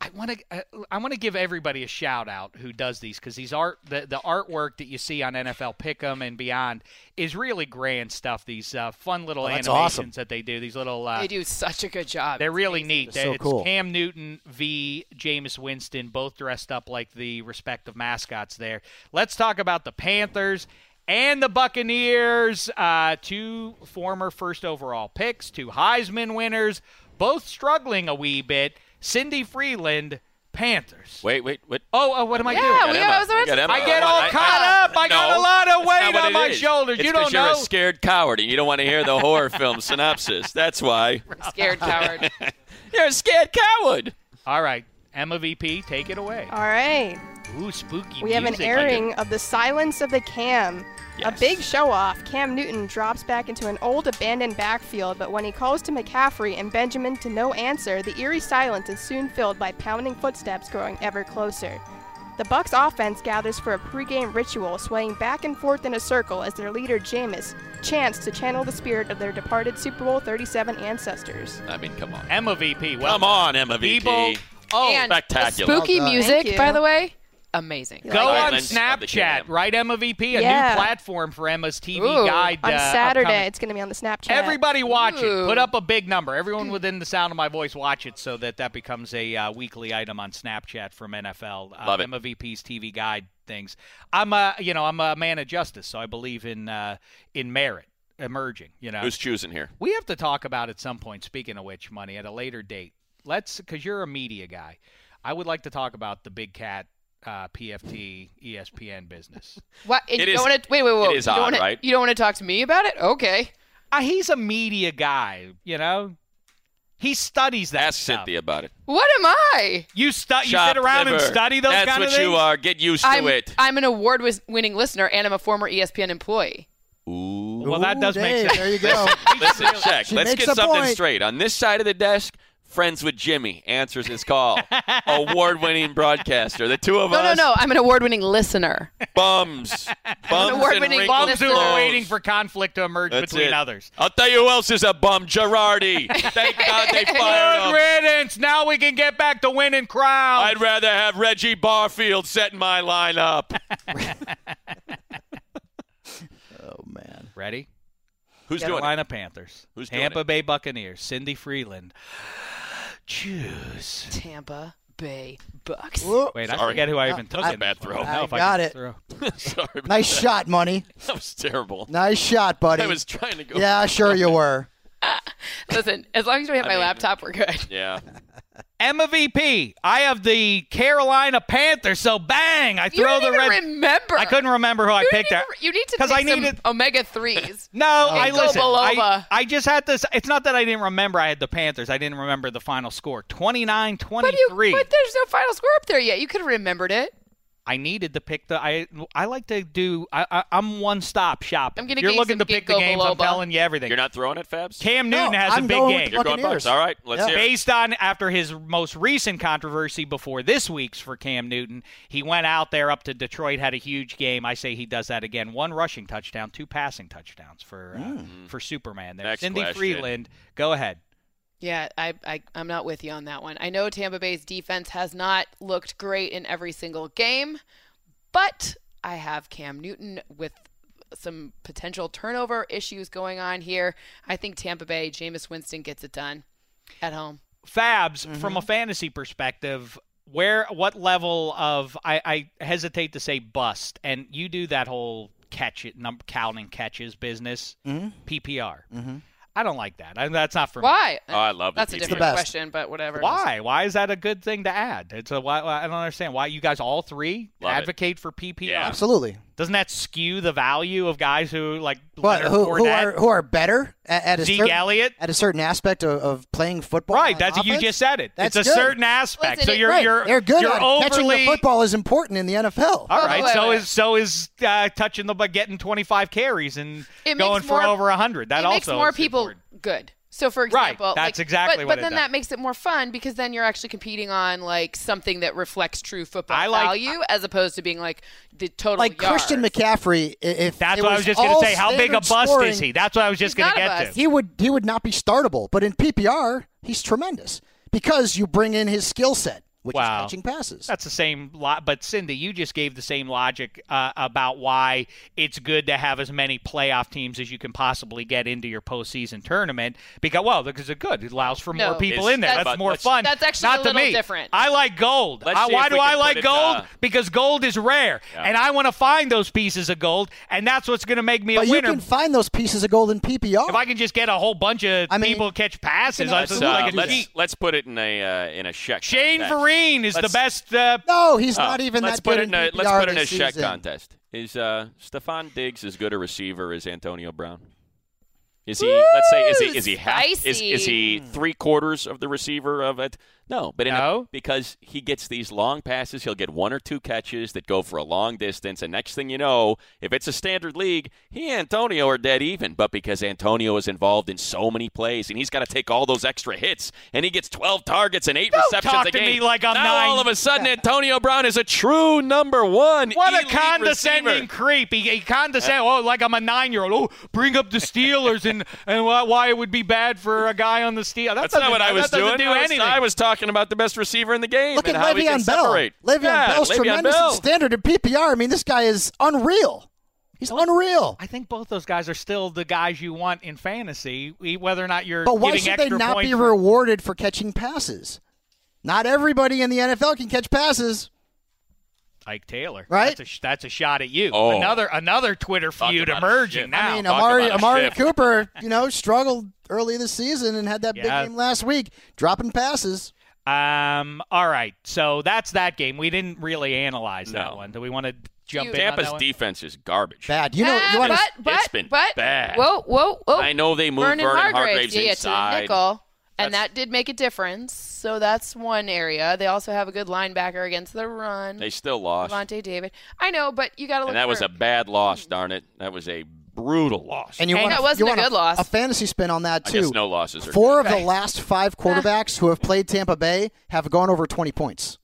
I want to I want to give everybody a shout out who does these because these art the, the artwork that you see on NFL Pick'em and beyond is really grand stuff. These uh, fun little Oh, that's animations awesome. that they do. These little uh, Ah. They do such a good job. They're really neat. so it's cool. Cam Newton v. Jameis Winston, both dressed up like the respective mascots there. Let's talk about the Panthers and the Buccaneers. Uh, two former first overall picks, two Heisman winners, both struggling a wee bit. Cindy Freeland, Panthers. Wait, wait, wait. Oh, oh, what am I Yeah, doing? we- Emma. I was about We got to- Emma. Oh, I get all I- I- caught up. I got a No, lot of that's not weight what on it my is. shoulders. It's You don't 'cause you're know. a scared coward and you don't want to hear the [LAUGHS] horror film synopsis. That's why. [LAUGHS] Scared coward. You're a scared coward. all right, Emma VP, take it away. All right. Ooh, spooky. We have an music. airing of The Silence of the Cam. Yes. A big show off. Cam Newton drops back into an old abandoned backfield, but when he calls to McCaffrey and Benjamin to no answer, the eerie silence is soon filled by pounding footsteps growing ever closer. The Bucks offense gathers for a pregame ritual, swaying back and forth in a circle as their leader Jameis chants to channel the spirit of their departed Super Bowl 37 ancestors. I mean, come on. Emma VP. Well Come on, Emma VP. People, oh, and spectacular. the Spooky Well done. Thank music, you. by the way, amazing. Go Go Like on Islands of the Snapchat, Kingdom. right, Emma VP? A Yeah. new platform for Emma's TV Ooh, guide. On uh, Saturday, upcoming. it's going to be on the Snapchat. Everybody watch it. Ooh. Put up a big number. Everyone within the sound of my voice watch it so that that becomes a uh, weekly item on Snapchat from NFL. Uh, Love it. Emma VP's TV guide things. I'm a, you know, I'm a man of justice, so I believe in uh, in merit emerging. You know, Who's choosing here? we have to talk about at some point. Speaking of which, money at a later date. Let's, because you're a media guy. I would like to talk about the big cat, uh, PFT, ESPN business. What? And It you is- don't want to wait, wait, wait. it is you don't odd, wanna, right? You don't want to talk to me about it? Okay. [LAUGHS] Uh, he's a media guy, you know. He studies that Ask stuff. Cynthia about it. What am I? You stu- you Chopped sit around and liver. study those That's kind what of things. you are. Get used to I'm, it. I'm an award-winning listener, and I'm a former E ESPN employee. Ooh. Well, that does Ooh, make Dave, sense. There you go. [LAUGHS] Listen, check. She Let's makes get a something point. straight. On this side of the desk, Friends with Jimmy answers [LAUGHS] his call. Award winning broadcaster. The two of No, no, us no. I'm an award-winning listener. bums. Bums and award-winning wrinkled bum Bums who are clothes. waiting for conflict to emerge That's between it. others. I'll tell you who else is a bum. Girardi. [LAUGHS] Thank God they Good fired him. riddance. Now we can get back to winning crowns. I'd rather have Reggie Barfield setting [LAUGHS] my lineup. Oh man. Ready? Who's doing it? Carolina Panthers. Who's doing Tampa it? Bay Buccaneers. Cindy Freeland. Choose. Tampa Bay Bucks. Whoa. Wait, I Sorry. forget who I even took. That's a in bad this one. throw. I don't know if I got can it. throw. [LAUGHS] Sorry. about Nice that. shot, money. That was terrible. Nice shot, buddy. I was trying to go. yeah, sure you were. Listen, as long as we have my mean- laptop, we're good. [LAUGHS] Yeah. MVP. I have the Carolina Panthers. So bang, I You throw don't the even red. remember. I couldn't remember who I You picked. didn't There. even- Oh, You need to 'Cause take I some needed- omega [LAUGHS] threes. No, I go listen. I, Belova. I just had this. It's not that I didn't remember. I had the Panthers. I didn't remember the final score. 29-23. But you, but there's no final score up there yet. You could have remembered it. I needed to pick the. I I like to do. I, I I'm one stop shop. I'm gonna You're give you looking some to pick the Ginkgo games. I'm biloba. telling you everything. You're not throwing it, Fabs? Cam Newton No, has I'm a big going game. with You're going Buccaneers. Bucks. All right. Let's Yeah. hear it. Based on after his most recent controversy before this week's for Cam Newton, he went out there up to Detroit, had a huge game. I say he does that again. One rushing touchdown, two passing touchdowns for uh, Hmm. for Superman. There, Next Cindy question. Freeland, go ahead. Yeah, I, I I'm not with you on that one. I know Tampa Bay's defense has not looked great in every single game, but I have Cam Newton with some potential turnover issues going on here. I think Tampa Bay, Jameis Winston gets it done at home. Fabs, Mm-hmm. from a fantasy perspective, where what level of I, I hesitate to say bust, and you do that whole catch it num counting catches business Mm-hmm. PPR. I don't like that. I, that's not for me. Why? Oh, I love the That's a PPR. different The best. question, but whatever. Why? Why is that a good thing to add? It's a why, why- I don't understand why you guys all three Love it. advocate for PPR. Yeah. Absolutely. Doesn't that skew the value of guys who like But Leonard who, who Fournette, are who are better at, at a Zeke certain Elliott? at a certain aspect of, of playing football? Right, on that's you offense? just said it. That's it's a good. certain aspect. Listen, so it- you're Right. you're They're good. you're at it. Catching overly the football is important in the NFL. All right, wait, so wait. is so is uh, touching the but getting 25 carries and It makes going for more- over 100. That it also makes more is people important. good. So for Right, example, that's like- exactly but, what But it then does. that makes it more fun because then you're actually competing on like something that reflects true football I like- value as opposed to being like the total Like Christian yards. McCaffrey, i- if That's it what I was just going all to say. How big a standard bust scoring, is he? That's what I was just He's going to not a get bust. to. He would he would not be startable, but in PPR, he's tremendous because you bring in his skill set, which Wow. is catching passes. That's the same lot, but Cindy, you just gave the same logic uh, about why it's good to have as many playoff teams as you can possibly get into your postseason tournament. Because well, because it's good, it allows for No. more people It's- in there. that's That's, about- more let's- fun. That's actually Not a to little me. different. I like gold. Let's I- see why if do we I can like put it, gold? uh, because gold is rare, Yeah. and I want to find those pieces of gold, and that's what's going to make me but a winner. you can find those pieces of gold in PPR. if I can just get a whole bunch of I mean, people catch passes, you can I Let's, just absolutely uh, like a do that. let's, cheat. let's put it in a uh, in a check. Shane contest. Vereen is the Let's- best uh, no, he's Uh, not even let's that put good it in in a, PPR let's put it in a this check season. contest. Is uh, Stefan Diggs as good a receiver as Antonio Brown? Is he? let's say is he is he half? Is, is he three quarters of the receiver of it? No, but in a, No. because he gets these long passes, he'll get one or two catches that go for a long distance, and next thing you know, if it's a standard league, he and Antonio are dead even. But because Antonio is involved in so many plays, and he's got to take all those extra hits, and he gets twelve targets and eight receptions talk a to game. me like I'm now nine. all of a sudden, Antonio Brown is a true number one. What a elite condescending receiver. creep! He, he condescend. Oh, like I'm a nine year old. Oh, bring up the Steelers and [LAUGHS] and why, why it would be bad for a guy on the Steelers. That's not what I was that doing. doesn't Do I, was, anything. I was talking about the best receiver in the game Look at and how he can Le'Veon Bell. separate. Le'Veon yeah, Bell's Le'Veon tremendous Bell. in standard in PPR. I mean, this guy is unreal. He's unreal. I think both those guys are still the guys you want in fantasy, e- whether or not you're. But why giving should they extra not points be for- rewarded for catching passes? Not everybody in the NFL can catch passes. Ike Taylor? Right? That's a, sh- that's a shot at you. Oh. Another another Twitter feud about emerging shit. now. I mean, talk Amari, about a Amari shift. Cooper, you know, struggled early this season and had that Yeah. big game last week, dropping passes. um. All right. So that's that game. We didn't really analyze that No. one. Do we want to jump You- in? on Tampa's that one? defense is garbage. Bad. You know, Ah, you want to. but, but, it's been but, bad. Whoa, whoa, whoa. I know they moved Vernon, Vernon Hargraves Hargraves, yeah, yeah, to the inside. nickel, and That's- that did make a difference. So that's one area. They also have a good linebacker against the run. They still lost, Devontae David. I know, but you got to look. and that was for- a bad loss. Darn it, that was a brutal loss. And you And want that wasn't you a want good loss. A fantasy spin on that I too. guess no losses are Four of good. the last five Ah. quarterbacks who have played Tampa Bay have gone over 20 points.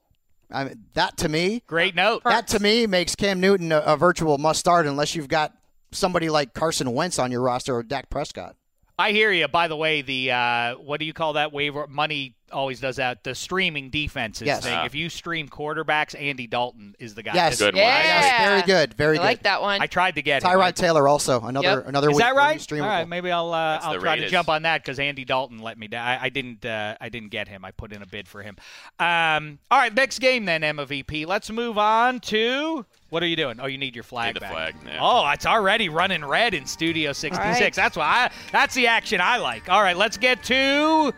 I mean, that to me, Great note. that to me makes Cam Newton a, a virtual must start unless you've got somebody like Carson Wentz on your roster or Dak Prescott. I hear you. By the way, the uh, what do you call that waiver? Money always does that. The streaming defenses Yes. thing. Ah. if you stream quarterbacks, Andy Dalton is the guy. Yes. Good one. Yeah. Yes, very good, very I like good. that one. I tried to get him. I- Tyrod Taylor also another Yep. another Is week that where you right? stream All with right, him. maybe I'll uh, That's I'll the try to Raiders. jump on that because Andy Dalton let me down. I, I didn't uh, I didn't get him. I put in a bid for him. Um, all right, next game then MVP. Let's move on to what are you doing? Oh, you need your flag Need the back. flag, yeah. Oh, it's already running red in Studio 66. All right. That's what I. That's the action I like. All right, let's get to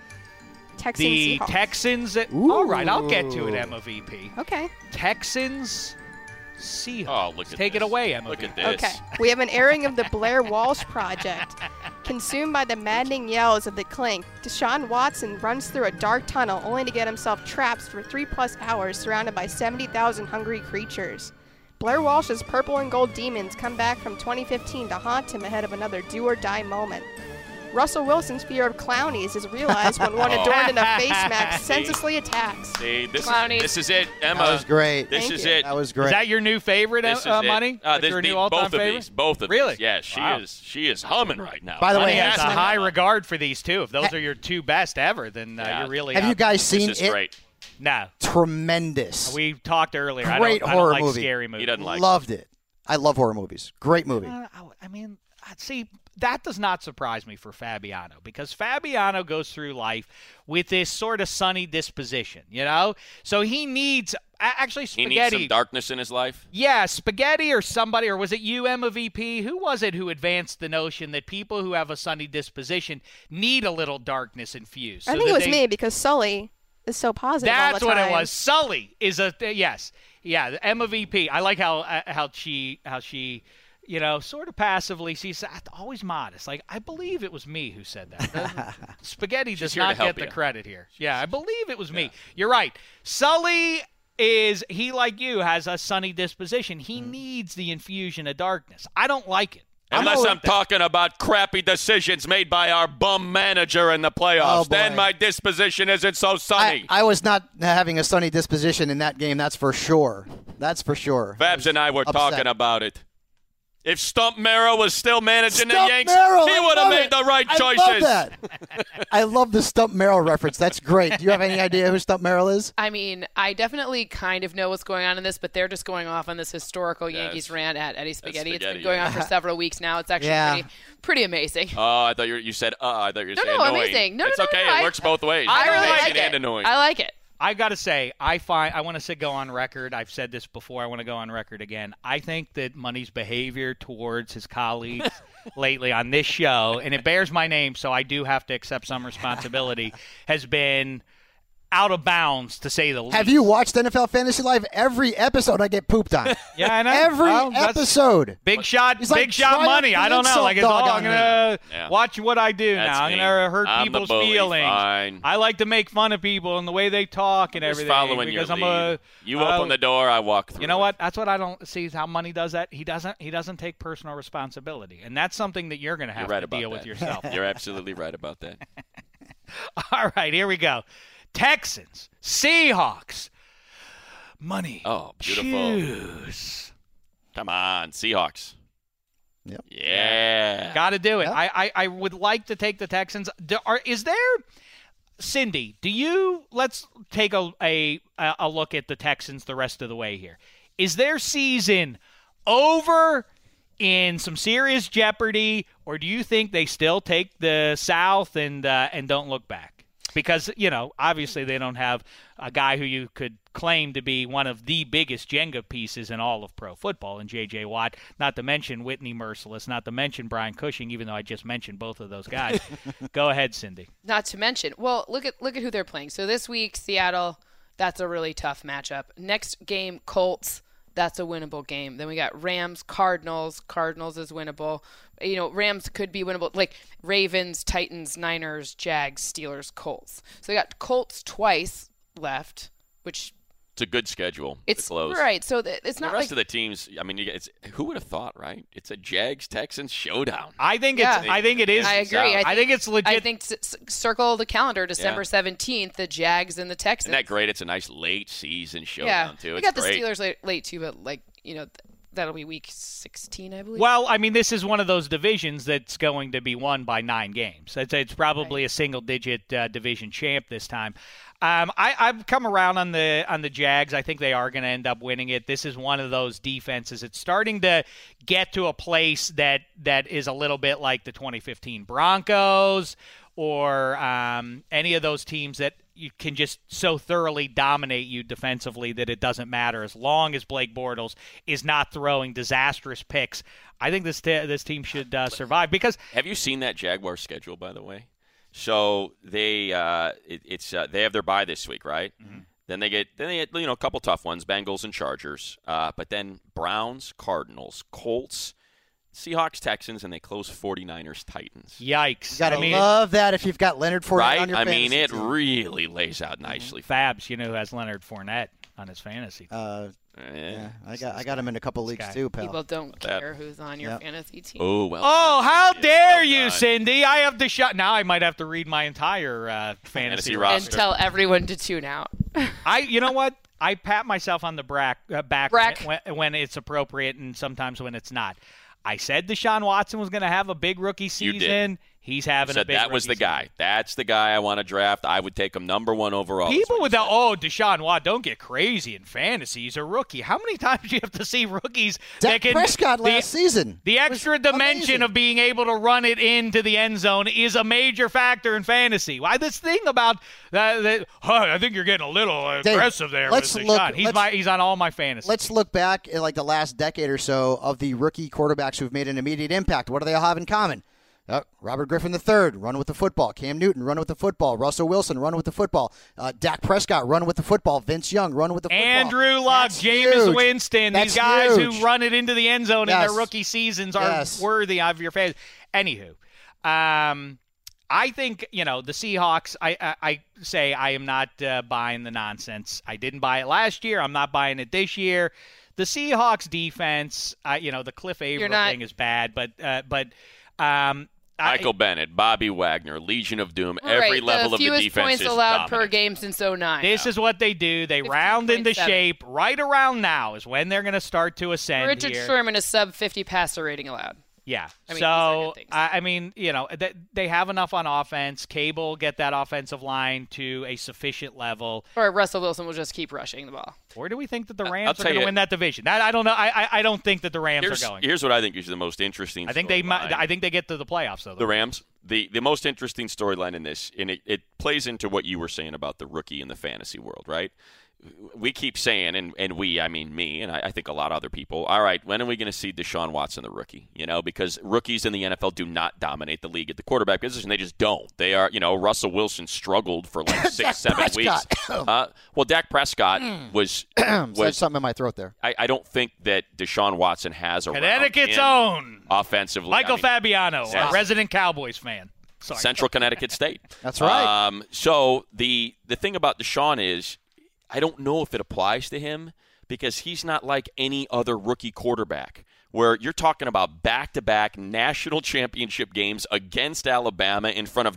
Texans. the Seahawks. Texans. at- all right, I'll get to it. MVP. Okay. Texans. Seahawks. Oh, look at Take it this. away, MVP. Look at this. Okay. We have an airing of the Blair Walsh Project. Consumed by the maddening yells of the clink, Deshaun Watson runs through a dark tunnel only to get himself trapped for three plus hours surrounded by 70,000 hungry creatures. Blair Walsh's purple and gold demons come back from 2015 to haunt him ahead of another do or die moment. Russell Wilson's fear of clownies is realized when [LAUGHS] Oh. one adorned in a face mask senselessly attacks. See, this, Clowny. is, this is it, Emma. That was great. This Thank is you. it. That was Is great. that your new favorite, This is uh, it. Money? Uh, That's this your be- new all-time both of favorite? these. Both of Really? these. Yeah, she Wow. is. She is humming right now. By the Money way, has a Ashley- high regard for these two. If those Ha- are your two best ever, then uh, Yeah. you're really Have you out. guys this seen is it? great. No, Tremendous. we talked earlier. I Great don't, horror I don't like movie. Scary movies. He doesn't like. Loved it. I love horror movies. Great movie. Uh, I- I mean, uh, see, that does not surprise me for Fabiano because Fabiano goes through life with this sort of sunny disposition, you know. So he needs a- actually He spaghetti. needs some darkness in his life. Yeah, Spaghetti or somebody, or was it you, MVP? Who was it who advanced the notion that people who have a sunny disposition need a little darkness infused? I so think that it was they- me because Sully is so positive. all That's the what it time. was. Sully is a th- yes, yeah. the MVP. I like how uh, how she how she, you know, sort of passively. She's always modest. Like I believe it was me who said that. [LAUGHS] Spaghetti does here to not help get the you. credit here. Yeah, I believe it was me. You're right. Sully is he like you has a sunny disposition. He Mm. needs the infusion of darkness. I don't like it. Unless I'm I'm talking about crappy decisions made by our bum manager in the playoffs, Oh, boy. then my disposition isn't so I, sunny. I was not having a sunny disposition in that game. That's for sure. That's for sure. Babs and I were upset. talking about it. If Stump Merrill was still managing Stump the Yanks, Merrill, he I would have love made it. the right I choices. love that. I love the Stump Merrill reference. That's great. Do you have any idea who Stump Merrill is? I mean, I definitely kind of know what's going on in this, but they're just going off on this historical Yankees it's- rant at Eddie Spaghetti. It's been Spaghetti, going yeah. on for several weeks now. It's actually Yeah. pretty, pretty amazing. Oh, I thought you, were, you said, uh, I thought you were No, saying no, annoying. amazing. No, no, it's no, okay. no, it I- works both ways. I really amazing like it. and annoying. I like it. I gotta say, I find I want to go on record. I've said this before. I want to go on record again. I think that Money's behavior towards his [LAUGHS] colleagues lately on this show, and it bears my name, so I do have to accept some [LAUGHS] responsibility, has been out of bounds to say the least. Have you watched NFL Fantasy Live? Every episode I get pooped on. [LAUGHS] Yeah, I know. Every Well, that's- episode. Big shot, He's big like shot trying money. to I don't know. insult Like it's dog all. on I'm me. gonna Yeah. watch what I do That's now. I'm me. gonna hurt I'm the people's bully. feelings. Fine. I like to make fun of people and the way they talk and Just everything following your because I'm lead. a. you uh, open the door, I walk through. You know it. what? That's what I don't see is how money does that. He doesn't. He doesn't take personal responsibility, and that's something that you're going to You're have right to about deal that. with [LAUGHS] yourself. You're absolutely right about that. [LAUGHS] All right, here we go. Texans, Seahawks, money. Oh, beautiful. Choose. Come on, Seahawks. Yep. Yeah. Got to do it. Yeah. I, I I would like to take the Texans. Do, are, is there? Cindy, do you let's take a, a a look at the Texans the rest of the way here. Is their season over in some serious jeopardy, or do you think they still take the South and uh, and don't look back? Because you know, obviously they don't have a guy who you could claim to be one of the biggest Jenga pieces in all of pro football, and J.J. Watt, not to mention Whitney Merciless, not to mention Brian Cushing, even though I just mentioned both of those guys. Go ahead, Cindy. Not to mention, well, look at look at who they're playing. So this week, Seattle, that's a really tough matchup. Next game, Colts, that's a winnable game. Then we got Rams, Cardinals, Cardinals is winnable. You know, Rams could be winnable. Like Ravens, Titans, Niners, Jags, Steelers, Colts. So they got Colts twice left, which It's a good schedule. It's to close. right. So th- it's The not rest like of the teams, I mean, you get- it's who would have thought, right? It's a Jags Texans showdown. I think it's. Yeah. I think it is. I agree. I I think it's legit. I think s- s- circle the calendar December 17th, the Jags and the Texans. Isn't that great? It's a nice late season showdown yeah. too. We It's got the great. Steelers late, late too, but like, you know, th- that'll be week 16, I believe. Well, I mean, this is one of those divisions that's going to be won by nine games. It's, it's probably a single-digit uh, division champ this time. Um, I, I've come around on the on the Jags. I think they are going to end up winning it. This is one of those defenses. It's starting to get to a place that that is a little bit like the 2015 Broncos or um, any of those teams that you can just so thoroughly dominate you defensively that it doesn't matter as long as Blake Bortles is not throwing disastrous picks. I think this te- this team should uh, survive because Have you seen that Jaguar schedule, by the way? So they uh, it, it's uh, they have their bye this week, right? Then they get then they get, you know a couple tough ones: Bengals and Chargers. Uh, but then Browns, Cardinals, Colts, Seahawks, Texans, and they close 49ers, Titans. yikes! You gotta I mean, love that if you've got Leonard Fournette right? on your I mean, fantasy it team. really lays Mm-hmm. out nicely. Fabs, you know who has Leonard Fournette on his fantasy? uh, Eh. yeah, I got I got him in a couple leagues guy. too, pal. People don't that. care who's on your Yep. fantasy team. Oh well. Oh, how dare well you, done. Cindy! I have to shut now. I might have to read my entire uh, fantasy, Fantasy roster. and roster. tell everyone to tune out. [LAUGHS] I, you know what? I pat myself on the brack, uh, back Brack. When, when it's appropriate and sometimes when it's not. I said Deshaun Watson was going to have a big rookie You did. season. He's having So a big. that was the rookie guy. That's the guy I want to draft. I would take him number one overall. season. People with the oh Deshaun Watt, don't get crazy in fantasy. He's a rookie. How many [LAUGHS] times do you have to see rookies that Dak can Prescott the- last season. The extra dimension amazing. of being able to run it into the end zone is a major factor in fantasy. Why this thing about that? that huh, I think you're getting a little Dave, aggressive there. let's with look- Deshaun. He's let's- my he's on all my fantasy. Let's look back at like the last decade or so of the rookie quarterbacks who've made an immediate impact. What do they all have in common? Uh, Robert Griffin III, run with the football. Cam Newton, run with the football. Russell Wilson, run with the football. Uh, Dak Prescott, run with the football. Vince Young, run with the football. Andrew Luck, That's Jameis huge. Winston, That's these guys huge. who run it into the end zone in Yes. their rookie seasons are Yes. worthy of your fans. Anywho, um, I think you know the Seahawks. I I, I say I am not uh, buying the nonsense. I didn't buy it last year. I'm not buying it this year. The Seahawks defense, uh, you know, the Cliff Averill not- thing is bad, but uh, but um, I- Michael Bennett, Bobby Wagner, Legion of Doom, All every right, level the of the fewest defense points is allowed per dominant. game since 09. This is what they do. They round into 15.7. shape right around now is when they're going to start to ascend. Richard here. Sherman is sub 50 passer rating allowed. Yeah. I mean, these are so good things. I, I mean, you know, th- they have enough on offense. Cable get that offensive line to a sufficient level. Or Russell Wilson will just keep rushing the ball. Or do we think that the I'll Rams are tell going to you- win that division? That, I don't know. I, I I don't think that the Rams Here's, are going. here's what I think is the most interesting. I think they might. storyline. I think they get to the playoffs though. the Rams. The the most interesting storyline in this, and it, it plays into what you were saying about the rookie in the fantasy world, right? We keep saying, and, and we, I mean me, and I, I think a lot of other people, all right, when are we going to see Deshaun Watson, the rookie? You know, because rookies in the NFL do not dominate the league at the quarterback position. They just don't. They are, you know, Russell Wilson struggled for [LAUGHS] like six, seven weeks. [COUGHS] Uh, well, Dak Prescott Hmm. was. Said was something in my throat there. I, I don't think that Deshaun Watson has a Connecticut's own offensively. I Michael mean, Fabiano, yes. a resident Cowboys fan. Sorry. Central [LAUGHS] Connecticut State. That's right. Um, so the the thing about Deshaun is, I don't know if it applies to him because he's not like any other rookie quarterback. Where you're talking about back-to-back national championship games against Alabama in front of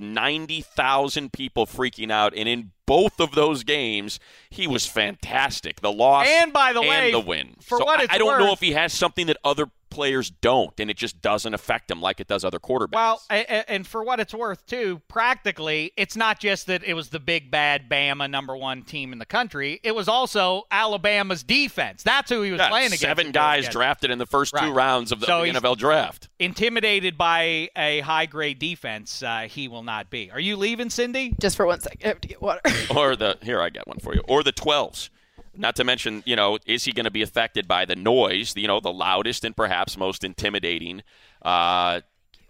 90,000 people freaking out, and in both of those games, he was fantastic. The loss And by the and way, the win. for So what I, it's I don't know worth- if he has something that other players don't, and it just doesn't affect him like it does other quarterbacks. Well, a- a- and for what it's worth, too, practically, it's not just that it was the big bad Bama number one team in the country. It was also Alabama's defense. That's who he was Yeah, playing against. Seven It goes guys against. drafted in the first Right. two rounds of the, So of the he's- NFL draft. Intimidated by a high grade defense, uh, he will not be. Are you leaving, Cindy? Just for one second, I have to get water. Or the here I got one for you. Or the twelves. Not to mention, you know, is he going to be affected by the noise? You know, the loudest and perhaps most intimidating uh,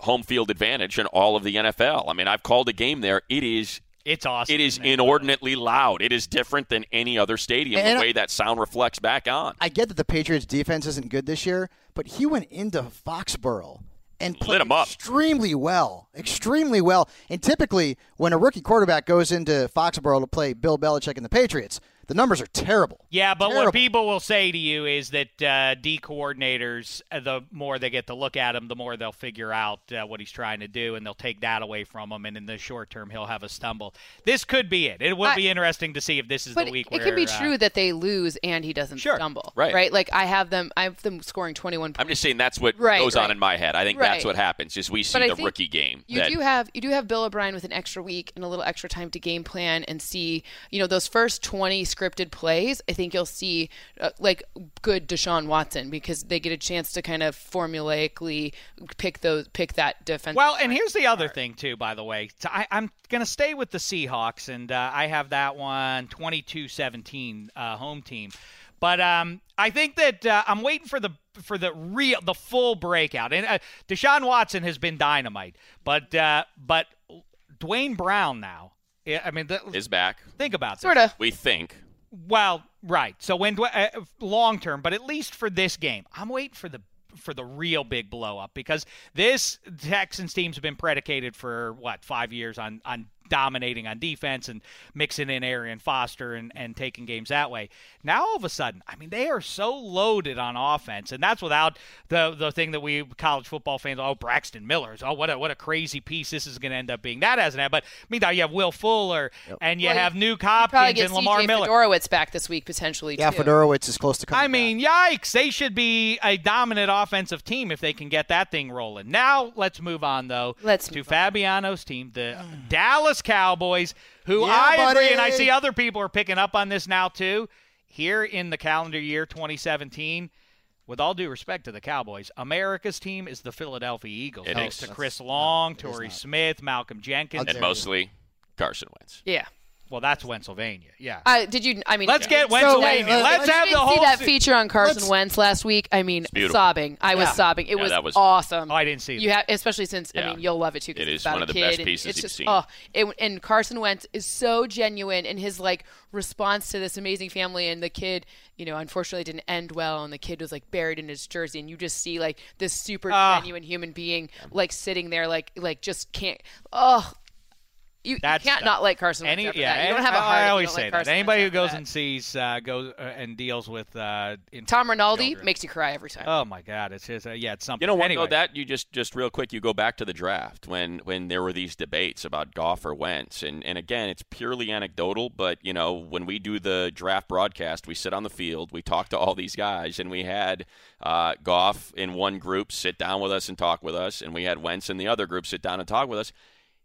home field advantage in all of the NFL. I mean, I've called a game there. It is It's awesome. it is man. inordinately loud. It is different than any other stadium. And- the way that sound reflects back on. I get that the Patriots defense isn't good this year, but he went into Foxborough and played 'em up. extremely well, extremely well. And typically, when a rookie quarterback goes into Foxborough to play Bill Belichick and the Patriots, The numbers are terrible. Yeah, but Terrible. what people will say to you is that uh, D coordinators, uh, the more they get to look at him, the more they'll figure out uh, what he's trying to do, and they'll take that away from him. And in the short term, he'll have a stumble. This could be it. It would I- be interesting to see if this is But the week. it could be where, uh, true that they lose and he doesn't Sure. stumble. Right. Right. Like I have them. I have them scoring 21 points. I'm just saying that's what Right, goes right. on in my head. I think Right. that's what happens. Is we see But I the think rookie game. You that, do have you do have Bill O'Brien with an extra week and a little extra time to game plan and see you know those first twenty scripted plays. I think you'll see uh, like good Deshaun Watson because they get a chance to kind of formulaically pick those pick that defense. Well, and here's the other thing too, by the way. So I, I'm going to stay with the Seahawks, and uh, I have that one 22-17 uh, home team. But um, I think that uh, I'm waiting for the for the real the full breakout. And uh, Deshaun Watson has been dynamite, but uh, but Dwayne Brown now. I I mean, the, is back. think about this. sort of. We think. Well, right. So when do I- uh, long term, but at least for this game, I'm waiting for the for the real big blow up because this Texans team's been predicated for what five years on on dominating on defense and mixing in Arian Foster and and taking games that way. Now all of a sudden, I mean, they are so loaded on offense, and that's without the the thing that we college football fans oh Braxton Miller's oh what a what a crazy piece this is going to end up being that hasn't happened. But meanwhile, you have Will Fuller and you Well, you- have Nuke Probably Hopkins get and Lamar CJ Miller. Fedorowicz back this week potentially. Yeah, too. Fedorowicz is close to coming. I mean, yikes! They should be a dominant offensive team if they can get that thing rolling. Now let's move on though. Let's to move on. Fabiano's team, the Dallas Cowboys, who Yeah, I agree, buddy. and I see other people are picking up on this now too. Here in the calendar year 2017, with all due respect to the Cowboys, America's team is the Philadelphia Eagles. It thanks is. to That's- Chris Long, is Torrey not. Smith, Malcolm Jenkins. There And we mostly Carson Wentz. Yeah. well, that's Pennsylvania. Yeah. Uh, did you? I mean, Let's yeah. get Pennsylvania. So- let's Let's have I the didn't whole see that se- feature on Carson Let's- Wentz last week. I mean, beautiful. sobbing. I was Yeah. sobbing. It Yeah, was, that was- awesome. Oh, I didn't see it. You have, especially since I Yeah. mean, you'll love it too. 'cause It it's is about one a of the kid, best and pieces it's you've just, seen. Oh, it, and Carson Wentz is so genuine in his like response to this amazing family, and the kid, you know, unfortunately didn't end well, and the kid was like buried in his jersey, and you just see like this super Ah. genuine human being like sitting there, like like just can't. Oh. You, you That's can't the- not like Carson Wentz. Any, after yeah, that. You don't any- have a heart. if I you always don't say like that. Carson Wentz Anybody who after goes that. and sees uh, goes uh, and deals with uh, in- Tom Rinaldi children. makes you cry every time. Oh my God, it's just uh, yeah, it's something. You know what? Anyway, Though that you just just real quick, you go back to the draft when when there were these debates about Goff or Wentz, and and again, it's purely anecdotal. But you know, when we do the draft broadcast, we sit on the field, we talk to all these guys, and we had uh, Goff in one group sit down with us and talk with us, and we had Wentz in the other group sit down and talk with us.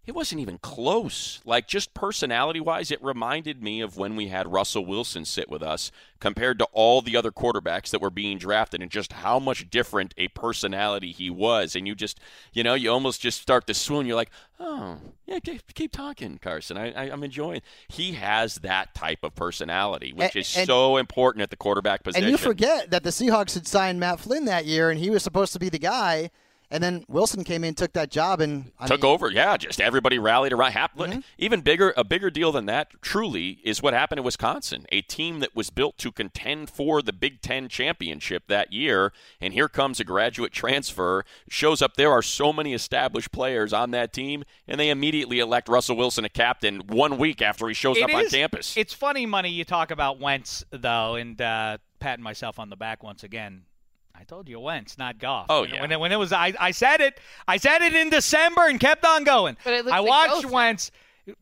It wasn't even close. Like just personality wise, it reminded me of when we had Russell Wilson sit with us compared to all the other quarterbacks that were being drafted and just how much different a personality he was. And you just, you know, you almost just start to swoon. You're like, oh, yeah, keep, keep talking, Carson. I, I, I'm enjoying. He has that type of personality, which And- is and- so important at the quarterback position. And you forget that the Seahawks had signed Matt Flynn that year, and he was supposed to be the guy. And then Wilson came in, took that job, and I took mean, over. Yeah, just everybody rallied around. Hap- look, Even bigger, a bigger deal than that, truly, is what happened in Wisconsin. A team that was built to contend for the Big Ten championship that year, and here comes a graduate transfer. Shows up. There are so many established players on that team, and they immediately elect Russell Wilson a captain one week after he shows It up on is- campus. It's funny, money. You talk about Wentz though, and uh, patting myself on the back once again. I told you Wentz, not Goff. Oh, When- yeah. When it, when it was, I, I said it. I said it in December and kept on going. But it looks I like watched both. Wentz.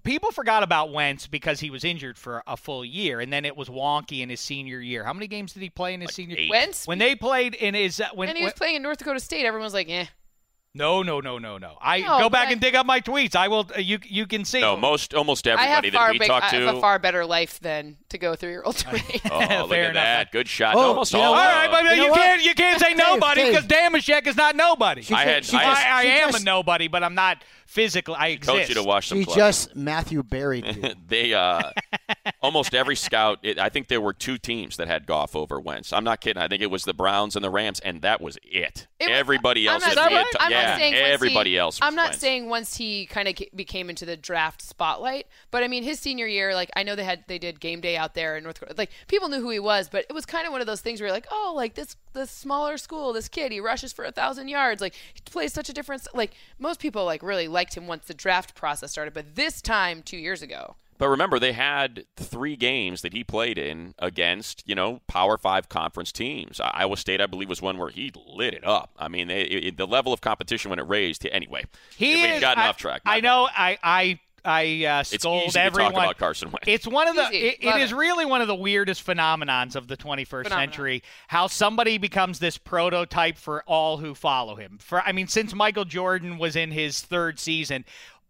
People forgot about Wentz because he was injured for a full year, and then it was wonky in his senior year. How many games did he play in his senior? eight. Wentz When they played in his uh, when, and he was when- playing in North Dakota State. Everyone's like, eh. No, no, no, no, no. I No, go but back I- and dig up my tweets. I will. uh, You you can see. no, most almost I have everybody far that we big, talked I to. have a far better life than to go through your old [LAUGHS] tweet. oh, look at Fair enough. that! Good shot. Oh, almost you know all. All what? of right, them. but uh, You know you what? can't you can't say nobody Dave. because Damashek is not nobody. she I ju- had- she I just- had- I, I she am just- a nobody, but I'm not physically. I exist. Coach you to wash some She clothes. just Matthew buried [LAUGHS] you. they [LAUGHS] uh, almost every scout. It, I think there were two teams that had Goff over Wentz. I'm not kidding. I think it was the Browns and the Rams, and that was it. It was- everybody else, I'm had not, been- saying- I'm yeah, not saying once everybody he, else. Was I'm not Wentz. saying once he kind of became into the draft spotlight, but I mean his senior year, like I know they had they did game day out there in North Dakota. Like people knew who he was, but it was kind of one of those things where you're like, oh, like this this smaller school, this kid, he rushes for a thousand yards, like he plays such a difference. Like most people like really liked him once the draft process started, but this time two years ago, But remember, they had three games that he played in against, you know, Power Five conference teams. I- Iowa State, I believe, was one where he lit it up. I mean, they, it, the level of competition when it raised. Anyway, He we've is- gotten I, off track. My I bad. know. I I I uh, It's scold easy everyone. to talk about Carson Wentz. It's one of the. Easy. It, it Love is it. really one of the weirdest phenomenons of the 21st Phenomenon. century. How somebody becomes this prototype for all who follow him. For I mean, since Michael Jordan was in his third season,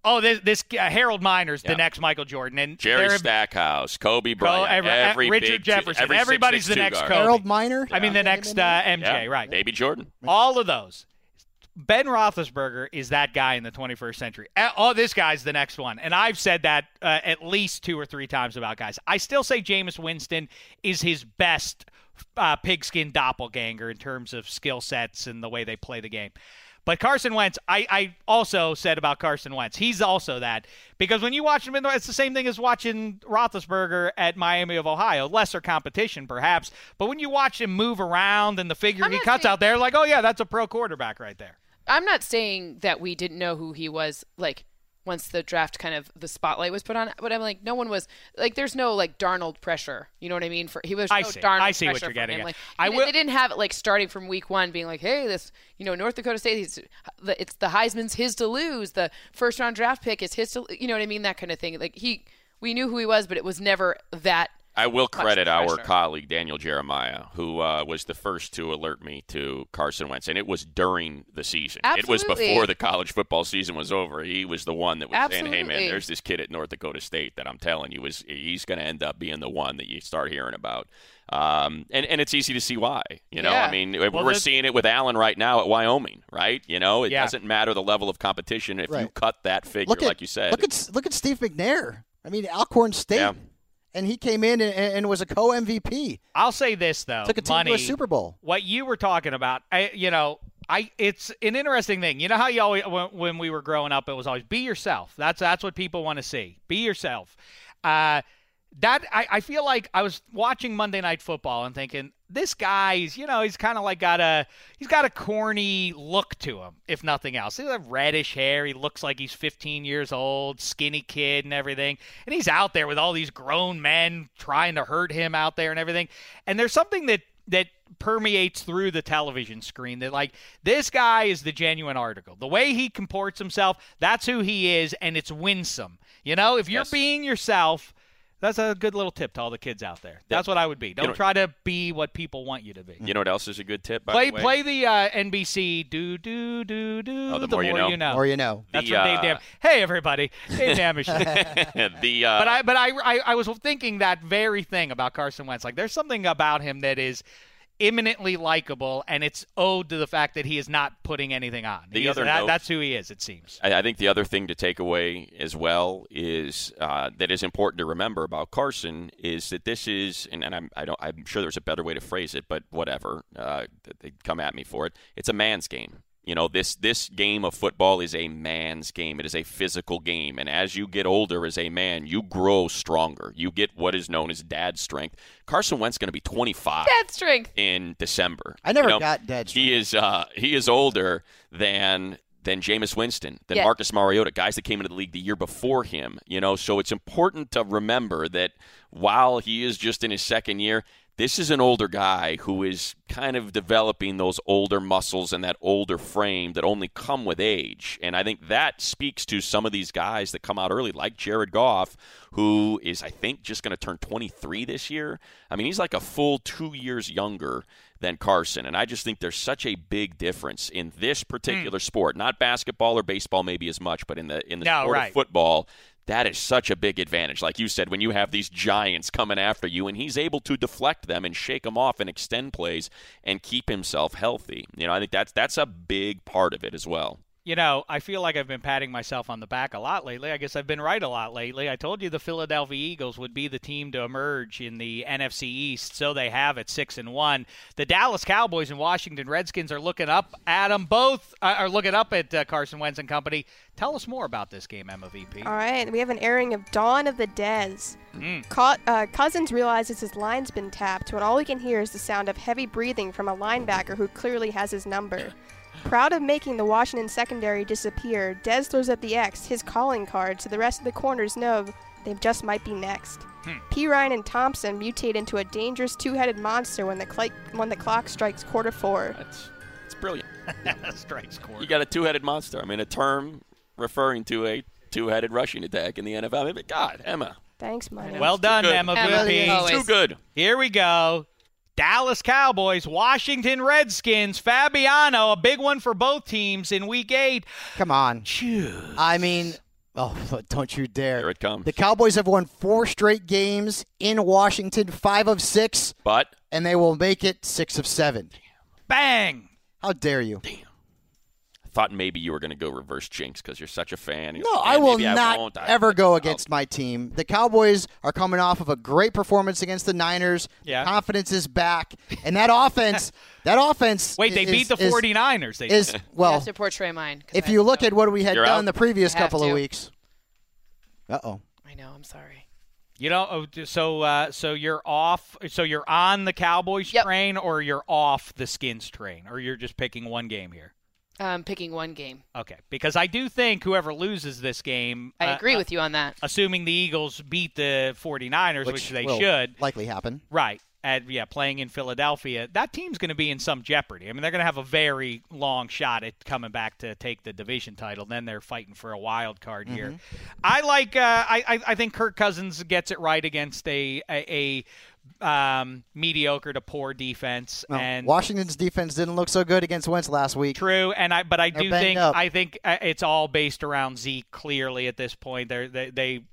oh, this, this uh, Harold Miner's Yeah. the next Michael Jordan, and Jerry there have- Stackhouse, Kobe Bryant, every- every Richard big- Jefferson. every Everybody's the 6'2" next guard. Kobe. Harold Miner. I mean, the next uh, MJ, Yeah, right? Baby Jordan. All of those. Ben Roethlisberger is that guy in the 21st century. Uh, Oh, this guy's the next one. And I've said that uh, at least two or three times about guys. I still say Jameis Winston is his best uh, pigskin doppelganger in terms of skill sets and the way they play the game. But Carson Wentz, I, I also said about Carson Wentz, he's also that because when you watch him in the, it's the same thing as watching Roethlisberger at Miami of Ohio, lesser competition perhaps, but when you watch him move around and the figure I'm he not cuts saying- out there, like, oh yeah, that's a pro quarterback right there. I'm not saying that we didn't know who he was like once the draft kind of the spotlight was put on but I'm like no one was like there's no like Darnold pressure you know what I mean for he was I no see. Darnold I see what pressure you're for getting him. at. like I I will- they didn't have it like starting from week 1 being like hey this you know North Dakota State it's the, it's the Heisman's his to lose the first round draft pick is his to you know what I mean that kind of thing like he we knew who he was but it was never that I will credit our pressure. colleague Daniel Jeremiah, who uh, was the first to alert me to Carson Wentz, and it was during the season. It was Absolutely. before the college football season was over. He was the one that was saying, "Hey, man, Absolutely. there's this kid at North Dakota State that I'm telling you is he's going to end up being the one that you start hearing about." Um, and and it's easy to see why. You know, Yeah. I mean, Well, we're the- seeing it with Allen right now at Wyoming, right? You know, it Yeah. doesn't matter the level of competition if you Right. cut that figure, Look at like you said. Look at look at Steve McNair. I mean, Alcorn State, Yeah. and he came in and, and was a co MVP. I'll say this though, Took a team money, to a Super Bowl. what you were talking about, I, you know, I it's an interesting thing. You know how you always when, when we were growing up, it was always be yourself. That's that's what people want to see. Be yourself. Uh, that I, I feel like I was watching Monday Night Football and thinking this guy's you know he's kind of like got a he's got a corny look to him if nothing else. He's got reddish hair. He looks like he's 15 years old, skinny kid and everything. And he's out there with all these grown men trying to hurt him out there and everything. And there's something that that permeates through the television screen that like this guy is the genuine article the way he comports himself that's who he is and it's winsome you know if you're Yes. being yourself that's a good little tip to all the kids out there that's what i would be don't know- try to be what people want you to be you know what else is a good tip? By play the way? play the uh, nbc do do do do Oh, The More You Know. Or you know, that's The, from Dave uh, Dam. Hey everybody, Dave [LAUGHS] Damish. the uh, but I but I, I I was thinking that very thing about Carson Wentz. Like there's something about him that is imminently likable, and it's owed to the fact that he is not putting anything on. The He is- other that- note- that's who he is. It seems. I, I think the other thing to take away as well is uh, that is important to remember about Carson is that this is, and, and I'm, I don't, I'm sure there's a better way to phrase it, but whatever, uh, they come at me for it. It's a man's game. You know, this this game of football is a man's game. It is a physical game, and as you get older as a man, you grow stronger. You get what is known as dad strength. Carson Wentz going to be 25 that strength in December. I never You know, got dead. he is uh, he is older than than Jameis Winston, than Yeah. Marcus Mariota, guys that came into the league the year before him. You know, so it's important to remember that while he is just in his second year, this is an older guy who is kind of developing those older muscles and that older frame that only come with age. And I think that speaks to some of these guys that come out early, like Jared Goff, who is I think just going to turn 23 this year. I mean, he's like a full two years younger than Carson. And I just think there's such a big difference in this particular sport, not basketball or baseball maybe as much, but in the in the Hmm. No, sport right. of football, that is such a big advantage. Like you said, when you have these giants coming after you and he's able to deflect them and shake them off and extend plays and keep himself healthy. You know, I think that's that's a big part of it as well. You know, I feel like I've been patting myself on the back a lot lately. I guess I've been right a lot lately. I told you the Philadelphia Eagles would be the team to emerge in the NFC East, so they have at six and one. The Dallas Cowboys and Washington Redskins are looking up at them both. Uh, are looking up at uh, Carson Wentz and company. Tell us more about this game, MVP. All right, we have an airing of Dawn of the Dez. Co- uh, Cousins realizes his line's been tapped when all he can hear is the sound of heavy breathing from a linebacker who clearly has his number. Proud of making the Washington secondary disappear, Dez throws up the X, his calling card, so the rest of the corners know They just might be next. P. Ryan and Thompson mutate into a dangerous two-headed monster when the, cli- when the clock strikes quarter four. That's it's brilliant. Strikes quarter. You got a two-headed monster. I mean, a term referring to a two-headed rushing attack in the NFL. I mean, but God, Emma, Thanks, Mike. Well done, Good. Emma. Emma, Good piece. always. too good. Here we go. Dallas Cowboys, Washington Redskins, Fabiano, a big one for both teams in week eight. Come on. Phew. I mean, oh, [LAUGHS] don't you Here dare. it comes. The Cowboys have won four straight games in Washington, five of six, But and they will make it six of seven. Bang. How dare you? I thought maybe you were going to go reverse jinx because you're such a fan. You're No, like, I "Man, will maybe not won't. I- Oh. ever go I'll- against my team. The Cowboys are coming off of a great performance against the Niners. Yeah. Confidence is back. And that [LAUGHS] offense, that offense. Wait, they is- beat the is- 49ers. They [LAUGHS] Is, you well, have to portray mine. 'cause if I you look don't- at what we had You're done out. the previous I have couple of to. weeks. Uh oh. I know. I'm sorry. you know oh, d- so uh, so you're off so you're on the Cowboys Yep. train or you're off the Skins train or you're just picking one game here. Um, picking one game. Okay, because I do think whoever loses this game I uh, agree uh, with you on that. assuming the Eagles beat the 49ers, which, they will should. Likely happen. Right. And yeah, playing in Philadelphia, that team's going to be in some jeopardy. I mean, they're going to have a very long shot at coming back to take the division title. Then they're fighting for a wild card here. I like. Uh, I I- I think Kirk Cousins gets it right against a a, a um, mediocre to poor defense. Well, and Washington's defense didn't look so good against Wentz last week. True, and I but I They're do banged think up. I think uh, it's all based around Zeke. Clearly, at this point, They're, they they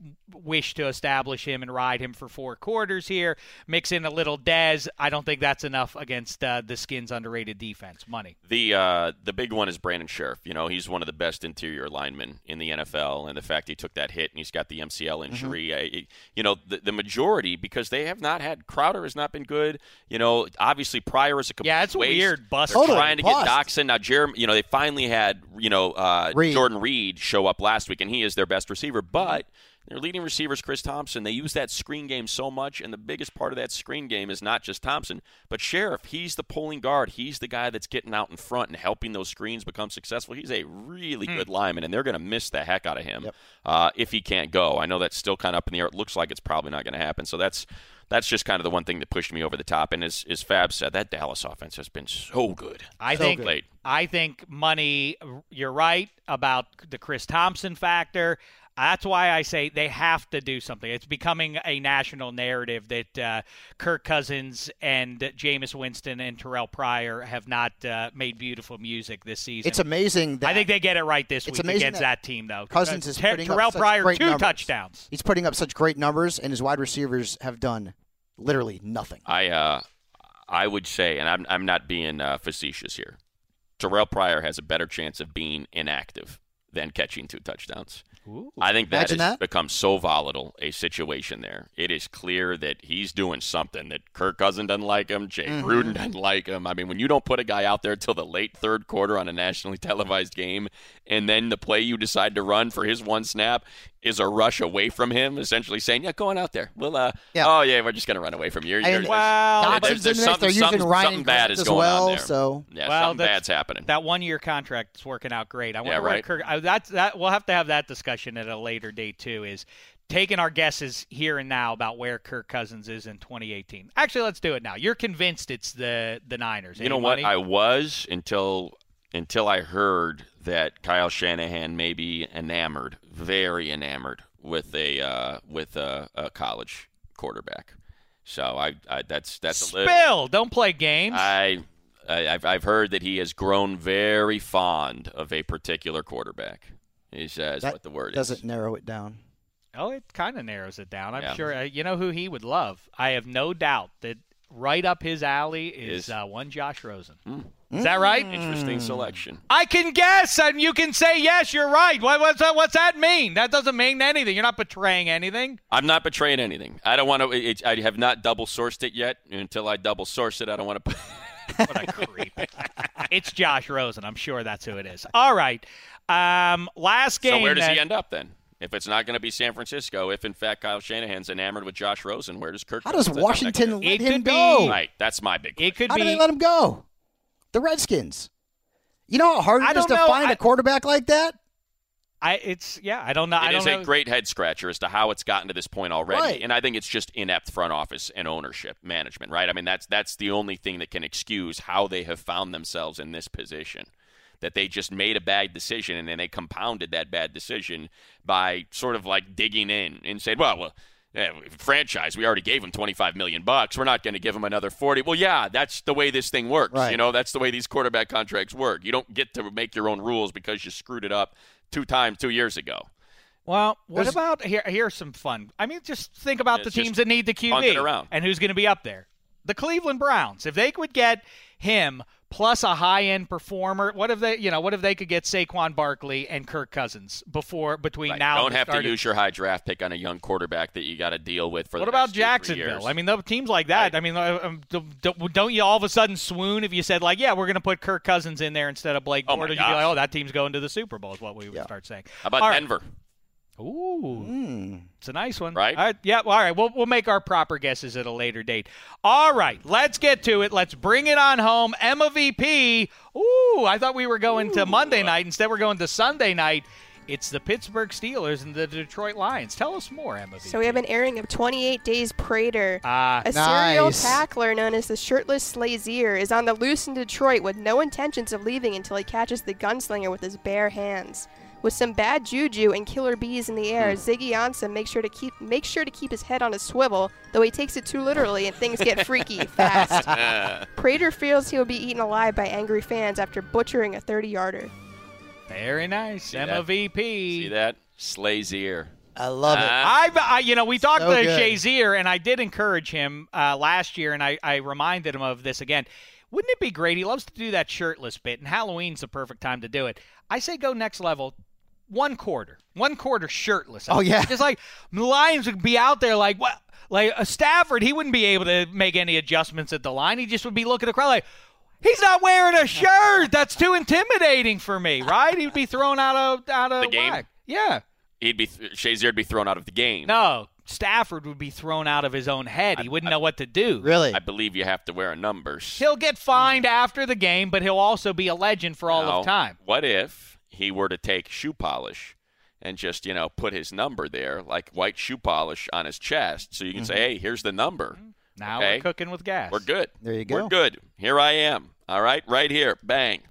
wish to establish him and ride him for four quarters here. Mix in a little Dez. I don't think that's enough against uh, the Skins' underrated defense. Money. The uh, the big one is Brandon Sheriff. You know, he's one of the best interior linemen in the NFL, and the fact he took that hit and he's got the MCL injury. I- I- you know, the, the majority because they have not had Crowder has not been good. You know, obviously Pryor is a complete Yeah, it's waste. weird. Bust. Totally. Trying to Bust. get Doxson now, Jeremy. You know, they finally had you know uh, Reed. Jordan Reed show up last week, and he is their best receiver. But their leading receiver is Chris Thompson. They use that screen game so much, and the biggest part of that screen game is not just Thompson, but Sheriff. He's the pulling guard. He's the guy that's getting out in front and helping those screens become successful. He's a really good lineman, and they're going to miss the heck out of him uh, if he can't go. I know that's still kind of up in the air. It looks like it's probably not going to happen. So that's that's just kind of the one thing that pushed me over the top. And as, as Fab said, that Dallas offense has been so good. I So think good. I think money. You're right about the Chris Thompson factor. That's why I say they have to do something. It's becoming a national narrative that uh, Kirk Cousins and Jameis Winston and Terrell Pryor have not uh, made beautiful music this season. It's amazing that I think they get it right this It's week amazing against that that, team, though. Cousins Uh, is Ter- putting up Terrell such Pryor great two numbers. touchdowns. he's putting up such great numbers, and his wide receivers have done literally nothing. I uh, I would say, and I'm I'm not being uh, facetious here. Terrell Pryor has a better chance of being inactive than catching two touchdowns. I think that has Imagine that. become so volatile a situation there. It is clear that he's doing something that Kirk Cousin doesn't like him, Jay Mm-hmm. Gruden doesn't like him. I mean, when you don't put a guy out there till the late third quarter on a nationally [LAUGHS] televised game, and then the play you decide to run for his one snap is a rush away from him, essentially saying, "Yeah, go on out there. We'll, uh, Yeah. oh yeah, we're just gonna run away from you." And- You're- Well, yeah, Dotson's there's- there's in this. something- They're using something- Ryan something bad is as going well, on there. so- yeah, Well, something that's- bad's happening. That one year contract is working out great. I wonder Yeah, where right. Kirk, I, that's that we'll have to have that discussion at a later date too. Is taking our guesses here and now about where Kirk Cousins is in 2018. Actually, let's do it now. You're convinced it's the the Niners. eh, you know what? Money? I was until until I heard that Kyle Shanahan may be enamored, very enamored with a uh, with a, a college quarterback. So I, I that's that's a little. Spill. Don't play games. I, I I've, I've heard that he has grown very fond of a particular quarterback. Is, uh, is That what the word is. Doesn't narrow it down. oh, it kind of narrows it down. I'm Yeah. sure. Uh, you know who he would love. I have no doubt that right up his alley is, Is- Hmm. uh, one Josh Rosen. Is that right? Hmm. Interesting selection. I can guess, and you can say yes. You're right. What, what's that? What's that mean? That doesn't mean anything. You're not betraying anything. I'm not betraying anything. I don't want to. It, I have not double sourced it yet. Until I double source it, I don't want to. What a creep! [LAUGHS] it's Josh Rosen. I'm sure that's who it is. All right. Um, last game. so where does then. he end up then? If it's not going to be San Francisco, if in fact Kyle Shanahan's enamored with Josh Rosen, where does Kirk? How does Cousins end up next Washington year? It let him could be- go? Right, that's my big. It question. could How be. do they let him go? The Redskins. You know how hard I it is don't to know. find a I- quarterback like that? I it's yeah. I don't know. I It don't is know. a great head scratcher as to how it's gotten to this point already, Right. and I think it's just inept front office and ownership management, right? I mean, that's that's the only thing that can excuse how they have found themselves in this position, that they just made a bad decision and then they compounded that bad decision by sort of like digging in and saying, well, well. eh, franchise. We already gave him twenty-five million bucks. We're not going to give him another forty. Well, yeah, that's the way this thing works. Right. You know, that's the way these quarterback contracts work. You don't get to make your own rules because you screwed it up two times two years ago. Well, what There's- about here? Here's some fun. I mean, just think about the It's just teams that need the QB punt it around. and who's going to be up there. The Cleveland Browns, if they could get him plus a high-end performer, what if they, you know, what if they could get Saquon Barkley and Kirk Cousins before between Right. now? don't and the have start to of- use your high draft pick on a young quarterback that you got to deal with for. What the about next two, three years. Jacksonville? I mean, the teams like that. I mean, uh, um, d- d- don't you all of a sudden swoon if you said like, yeah, we're going to put Kirk Cousins in there instead of Blake Oh, my Bortles? You'd be like, gosh. oh, that team's going to the Super Bowl is what we would start saying. how about All right. Denver? Ooh. Hmm. It's a nice one. Right? All right. Yeah. Well, all right. We'll, we'll make our proper guesses at a later date. All right. Let's get to it. Let's bring it on home. Emma VP. Ooh, I thought we were going to Monday night. Instead, we're going to Sunday night. It's the Pittsburgh Steelers and the Detroit Lions. Tell us more, Emma VP. So we have an airing of 28 Days Prater. Ah, A serial Nice. tackler known as the Shirtless Slazier is on the loose in Detroit with no intentions of leaving until he catches the gunslinger with his bare hands. With some bad juju and killer bees in the air, Ziggy Ansah makes sure to keep makes sure to keep his head on a swivel, though he takes it too literally and things get freaky fast. Prater feels he will be eaten alive by angry fans after butchering a 30-yarder. very nice. Emma that? VP. See that Slazier. I love it. Ah. I've, I, you know, we talked So to good. Shazier, and I did encourage him uh, last year, and I, I reminded him of this again. Wouldn't it be great? He loves to do that shirtless bit, and Halloween's the perfect time to do it. I say go next level, one quarter, one quarter shirtless. Oh, yeah. just like the Lions would be out there like what, like uh, Stafford, he wouldn't be able to make any adjustments at the line. He just would be looking at the crowd like. He's not wearing a shirt. That's too intimidating for me, right? He'd be thrown out of out of The game? whack. Yeah. He'd be Shazier would be thrown out of the game. No, Stafford would be thrown out of his own head. He wouldn't know what to do. really? I believe you have to wear a number. So He'll get fined after the game, but he'll also be a legend for all now, of time. What if he were to take shoe polish and just you know put his number there, like white shoe polish on his chest, so you can say, Mm-hmm. hey, here's the number. Now Okay. we're cooking with gas. We're good. There you We're go. good. Here I am. All right, right here. Bang.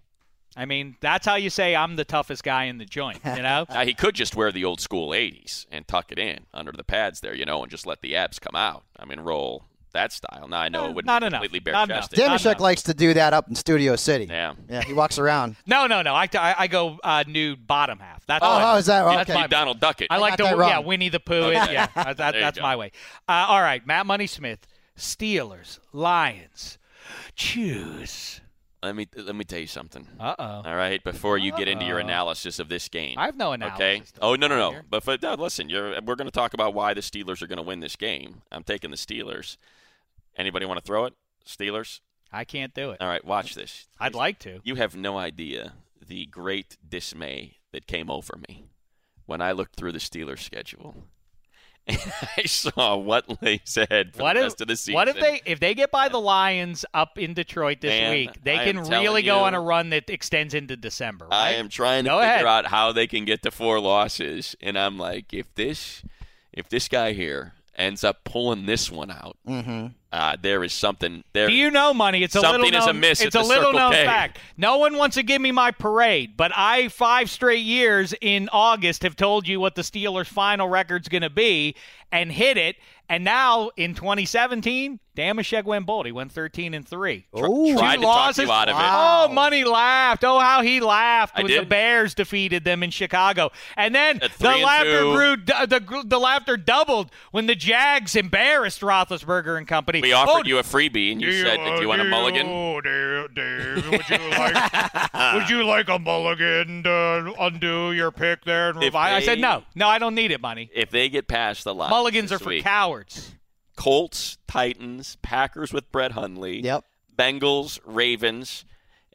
I mean, that's how you say I'm the toughest guy in the joint, you [LAUGHS] know? Now he could just wear the old school '80s and tuck it in under the pads there, you know, and just let the abs come out. I mean, roll that style. Now I know Uh, it wouldn't not be enough. completely bare Not chested. enough. Damashek likes to do that up in Studio City. Yeah. Yeah, he walks around. [LAUGHS] no, no, no. I, I, I go uh, nude bottom half. That's Oh, all I how do. is that? Yeah, Okay. my- Be Donald Duck it. I like got to, that yeah, wrong. Winnie the Pooh. it. Yeah, that, that- you that's go. my way. Uh, all right, Matt Money Smith, Steelers, Lions, choose. Let me let me tell you something. Uh oh. All right, before you get into your Uh-oh. analysis of this game. Uh, I have no analysis. Okay. to Oh no no no! here. But for, no, listen, you're, we're going to talk about why the Steelers are going to win this game. I'm taking the Steelers. Anybody want to throw it? Steelers. I can't do it. All right, watch this. I'd like to. You have no idea the great dismay that came over me when I looked through the Steelers schedule [LAUGHS] and I saw what lays ahead for what the if, rest of the season. What if they if they get by the Lions up in Detroit this Man, week, they I can am telling really go you. on a run that extends into December. I Right? am trying to Go figure ahead. out how they can get to four losses, and I'm like, if this, if this guy here ends up pulling this one out, uh, there is something there. Mm-hmm. Do you know, money? It's a Something little is known, amiss at It's a the little Circle known K. fact. No one wants to give me my parade, but I five straight years in August have told you what the Steelers' final record's going to be and hit it. And now in 2017, Damashek went bold. He went 13 and three. Ooh. tried Two to talk losses. you out of it. Wow. Oh, money laughed. Oh, how he laughed I when the did. Bears defeated them in Chicago. And then At three the and laughter two. grew. d- The gr- the laughter doubled when the Jags embarrassed Roethlisberger and company. We Oh, offered you a freebie, and you said, "Did you want a mulligan?" Oh, Dave, Dave, would you like [LAUGHS] would you like a mulligan to undo your pick there? And If I, I said they- no. No, I don't need it, money. If they get past the line, Mulligans are this for week, cowards. Colts, Titans, Packers with Brett Hundley, Yep. Bengals, Ravens,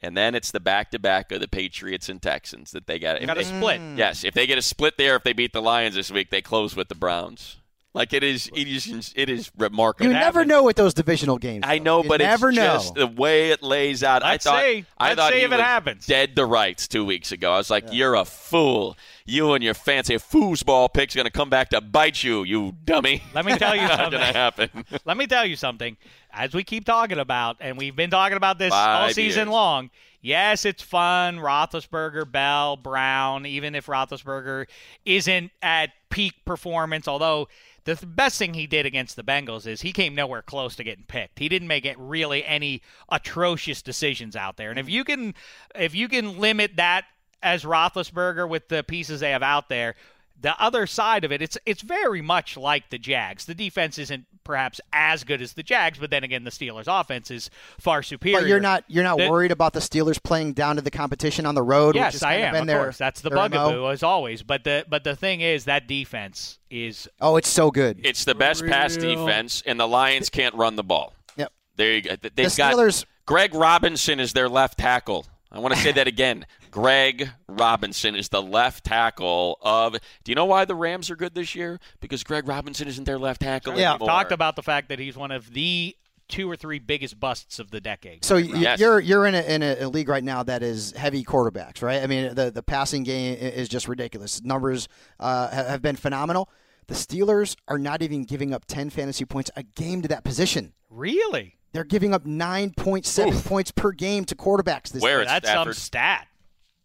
and then it's the back-to-back of the Patriots and Texans that they got. Got to split. Mm. Yes, if they get a split there, if they beat the Lions this week, they close with the Browns. Like it is, it is, it is remarkable. You It never happened. know with those divisional games. I though. know, You but never it's know. just the way it lays out. I Let's thought see. I Let's thought see he if it was happens. Dead to rights two weeks ago. I was like, "You're a fool. You and your fancy foosball pick's going to come back to bite you, you dummy." [LAUGHS] Let me tell you Not going to something. happen. Let me tell you something. As we keep talking about, and we've been talking about this all Five season years. long. Yes, it's fun. Roethlisberger, Bell, Brown. Even if Roethlisberger isn't at peak performance, although the th- best thing he did against the Bengals is he came nowhere close to getting picked. He didn't make it really any atrocious decisions out there. And if you can, if you can limit that as Roethlisberger with the pieces they have out there. The other side of it, it's it's very much like the Jags. The defense isn't perhaps as good as the Jags, but then again, the Steelers' offense is far superior. But you're not you're not The- worried about the Steelers playing down to the competition on the road. which Yes, has I kind of am. Been of their, course, that's the their MO. bugaboo as always. But the but the thing is, that defense is Oh, it's so good. It's the best pass Real. defense, and the Lions can't run the ball. Yep. There you go. Th- the They've got Steelers. Greg Robinson is their left tackle. I want to say that again. [LAUGHS] Greg Robinson is the left tackle of. Do you know why the Rams are good this year? Because Greg Robinson isn't their left tackle Yeah. anymore. talked about the fact that he's one of the two or three biggest busts of the decade. So y- Yes. you're you're in a, in a a league right now that is heavy quarterbacks, right? I mean, the the passing game i- is just ridiculous. Numbers uh, ha- have been phenomenal. The Steelers are not even giving up 10 fantasy points a game to that position. Really, They're giving up 9.7 points per game to quarterbacks this Where year. It's that's some Stafford. stat.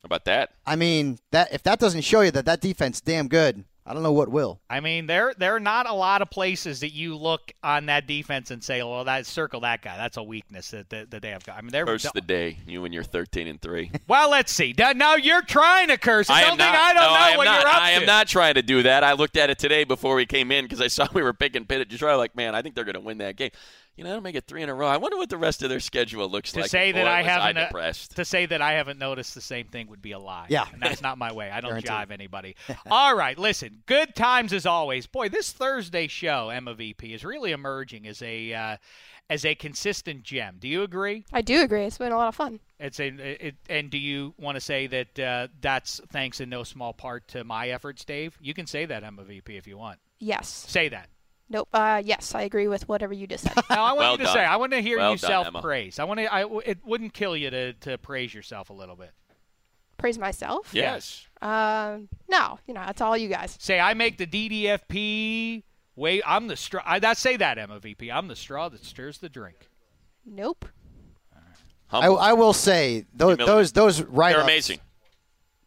How about that? I mean, that if that doesn't show you that that defense damn good, I don't know what will. I mean, there there are not a lot of places that you look on that defense and say, "Well, that circle that guy. That's a weakness that, that, that they have got." I mean, they're First of the day, you and your 13 and 3. well. Let's see. Da- Now you're trying to curse. It's I [LAUGHS] am something not. I don't no, know I am what not. you're up I to. am not trying to do that. I looked at it today before we came in because I saw [LAUGHS] we were picking Pitt at Detroit. Like, man, I think they're going to win that game. You know, they'll make it three in a row. I wonder what the rest of their schedule looks to like. say Boy, that I was haven't uh, depressed. to say that I haven't noticed the same thing would be a lie. Yeah. and that's not my way. I don't Guaranteed. jive [LAUGHS] anybody. All right, listen. Good times as always. Boy, this Thursday show, Emma VP, is really emerging as a uh, as a consistent gem. Do you agree? I do agree. It's been a lot of fun. It's a, it, and do you want to say that uh, that's thanks in no small part to my efforts, Dave? You can say that Emma VP if you want. Yes. Say that. Nope. Uh, yes, I agree with whatever you just said. No, I want Well you to done. say. I want to hear Well you done, self Emma. praise. I want to. I it wouldn't kill you to to praise yourself a little bit. Praise myself. yes. Um, no, you know that's all you guys. Say I make the DDFP. Wait, I'm the straw. I, that say that Emma VP. I'm the straw that stirs the drink. Nope. I, Humble. I will say those Humility. those those right They're amazing.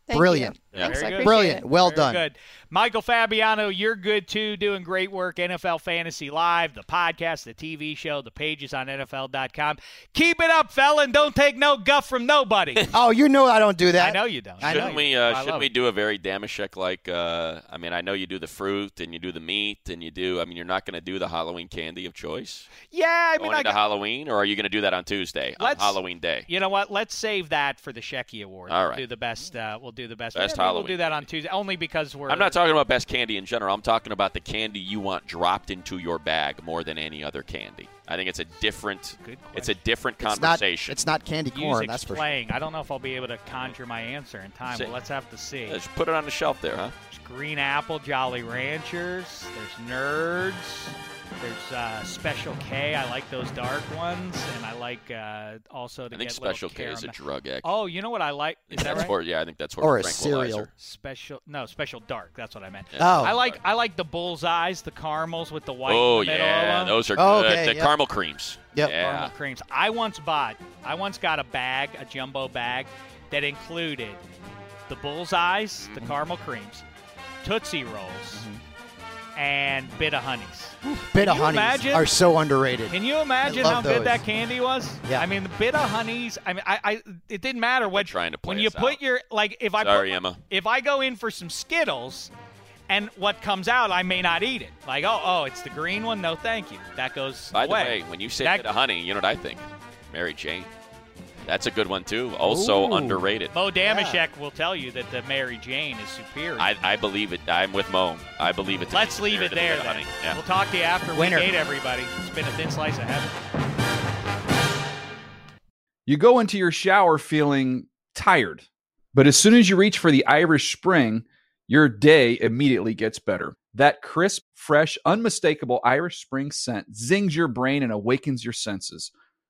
Thank Brilliant. You. Yeah. Thanks, Very I good. appreciate Brilliant. it. Well Very done. Good. Michael Fabiano, you're good too. Doing great work. NFL Fantasy Live, the podcast, the TV show, the pages on NFL.com. Keep it up, fella, and don't take no guff from nobody. Oh, you know I don't do that. I know you don't. I know Shouldn't you we? don't. I Uh, love shouldn't we it. do a very Damashek like? Uh, I mean, I know you do the fruit and you do the meat and you do. I mean, you're not going to do the Halloween candy of choice Yeah, I mean, going I into got, Halloween, or are you going to do that on Tuesday on Let's- Halloween day? You know what? Let's save that for the Shecky Award. All We'll right. do the best. Uh, we'll do the best. Best Maybe We'll Halloween do that on Tuesday, only because we're. I'm not talking about best candy in general. I'm talking about the candy you want dropped into your bag more than any other candy. I think it's a different. Good question. It's a different It's not, conversation. it's not candy corn, that's music's for sure. playing. I don't know if I'll be able to conjure my answer in time. Say- Well, let's have to see. Let's Uh, put it on the shelf there, huh? There's Green Apple, Jolly Ranchers. There's Nerds. There's uh, Special K. I like those dark ones, and I like uh, also to I think get little Special K is a caramel- drug addict. Oh, you know what I like? I Is think that that's right? hor- yeah, I think that's horse Or a tranquilizer. cereal. Special no, Special Dark. That's what I meant. Yeah. Oh. I like I like the bullseyes, the caramels with the white. Oh in the middle of yeah, them. those are Oh, good. okay, the yep. caramel creams. Yep. Yeah. caramel creams. I once bought, I once got a bag, a jumbo bag, that included the bullseyes, the Mm-hmm. caramel creams, Tootsie Rolls, Mm-hmm. and bit of honeys. Bit Can of you honeys imagine? are so underrated. Can you imagine love how those. good that candy was? Yeah. I mean, the bit of honeys. I mean, I, I it didn't matter what trying to play when you us put out. your like if I Sorry, put, Emma. if I go in for some Skittles. And what comes out, I may not eat it. Like, oh, oh, it's the green one. No, thank you. That goes By the away. way, when you say That- bit of honey, you know what I think? Mary Jane. That's a good one too. Also Ooh. underrated. Mo Damashek will tell you that the Mary Jane is superior. I, I believe it. I'm with Mo. I believe it. to Let's be leave it there. superior to the Then. bit of honey. Yeah. We'll talk to you after Winner. we date everybody. It's been a thin slice of heaven. You go into your shower feeling tired, but as soon as you reach for the Irish Spring, your day immediately gets better. That crisp, fresh, unmistakable Irish Spring scent zings your brain and awakens your senses.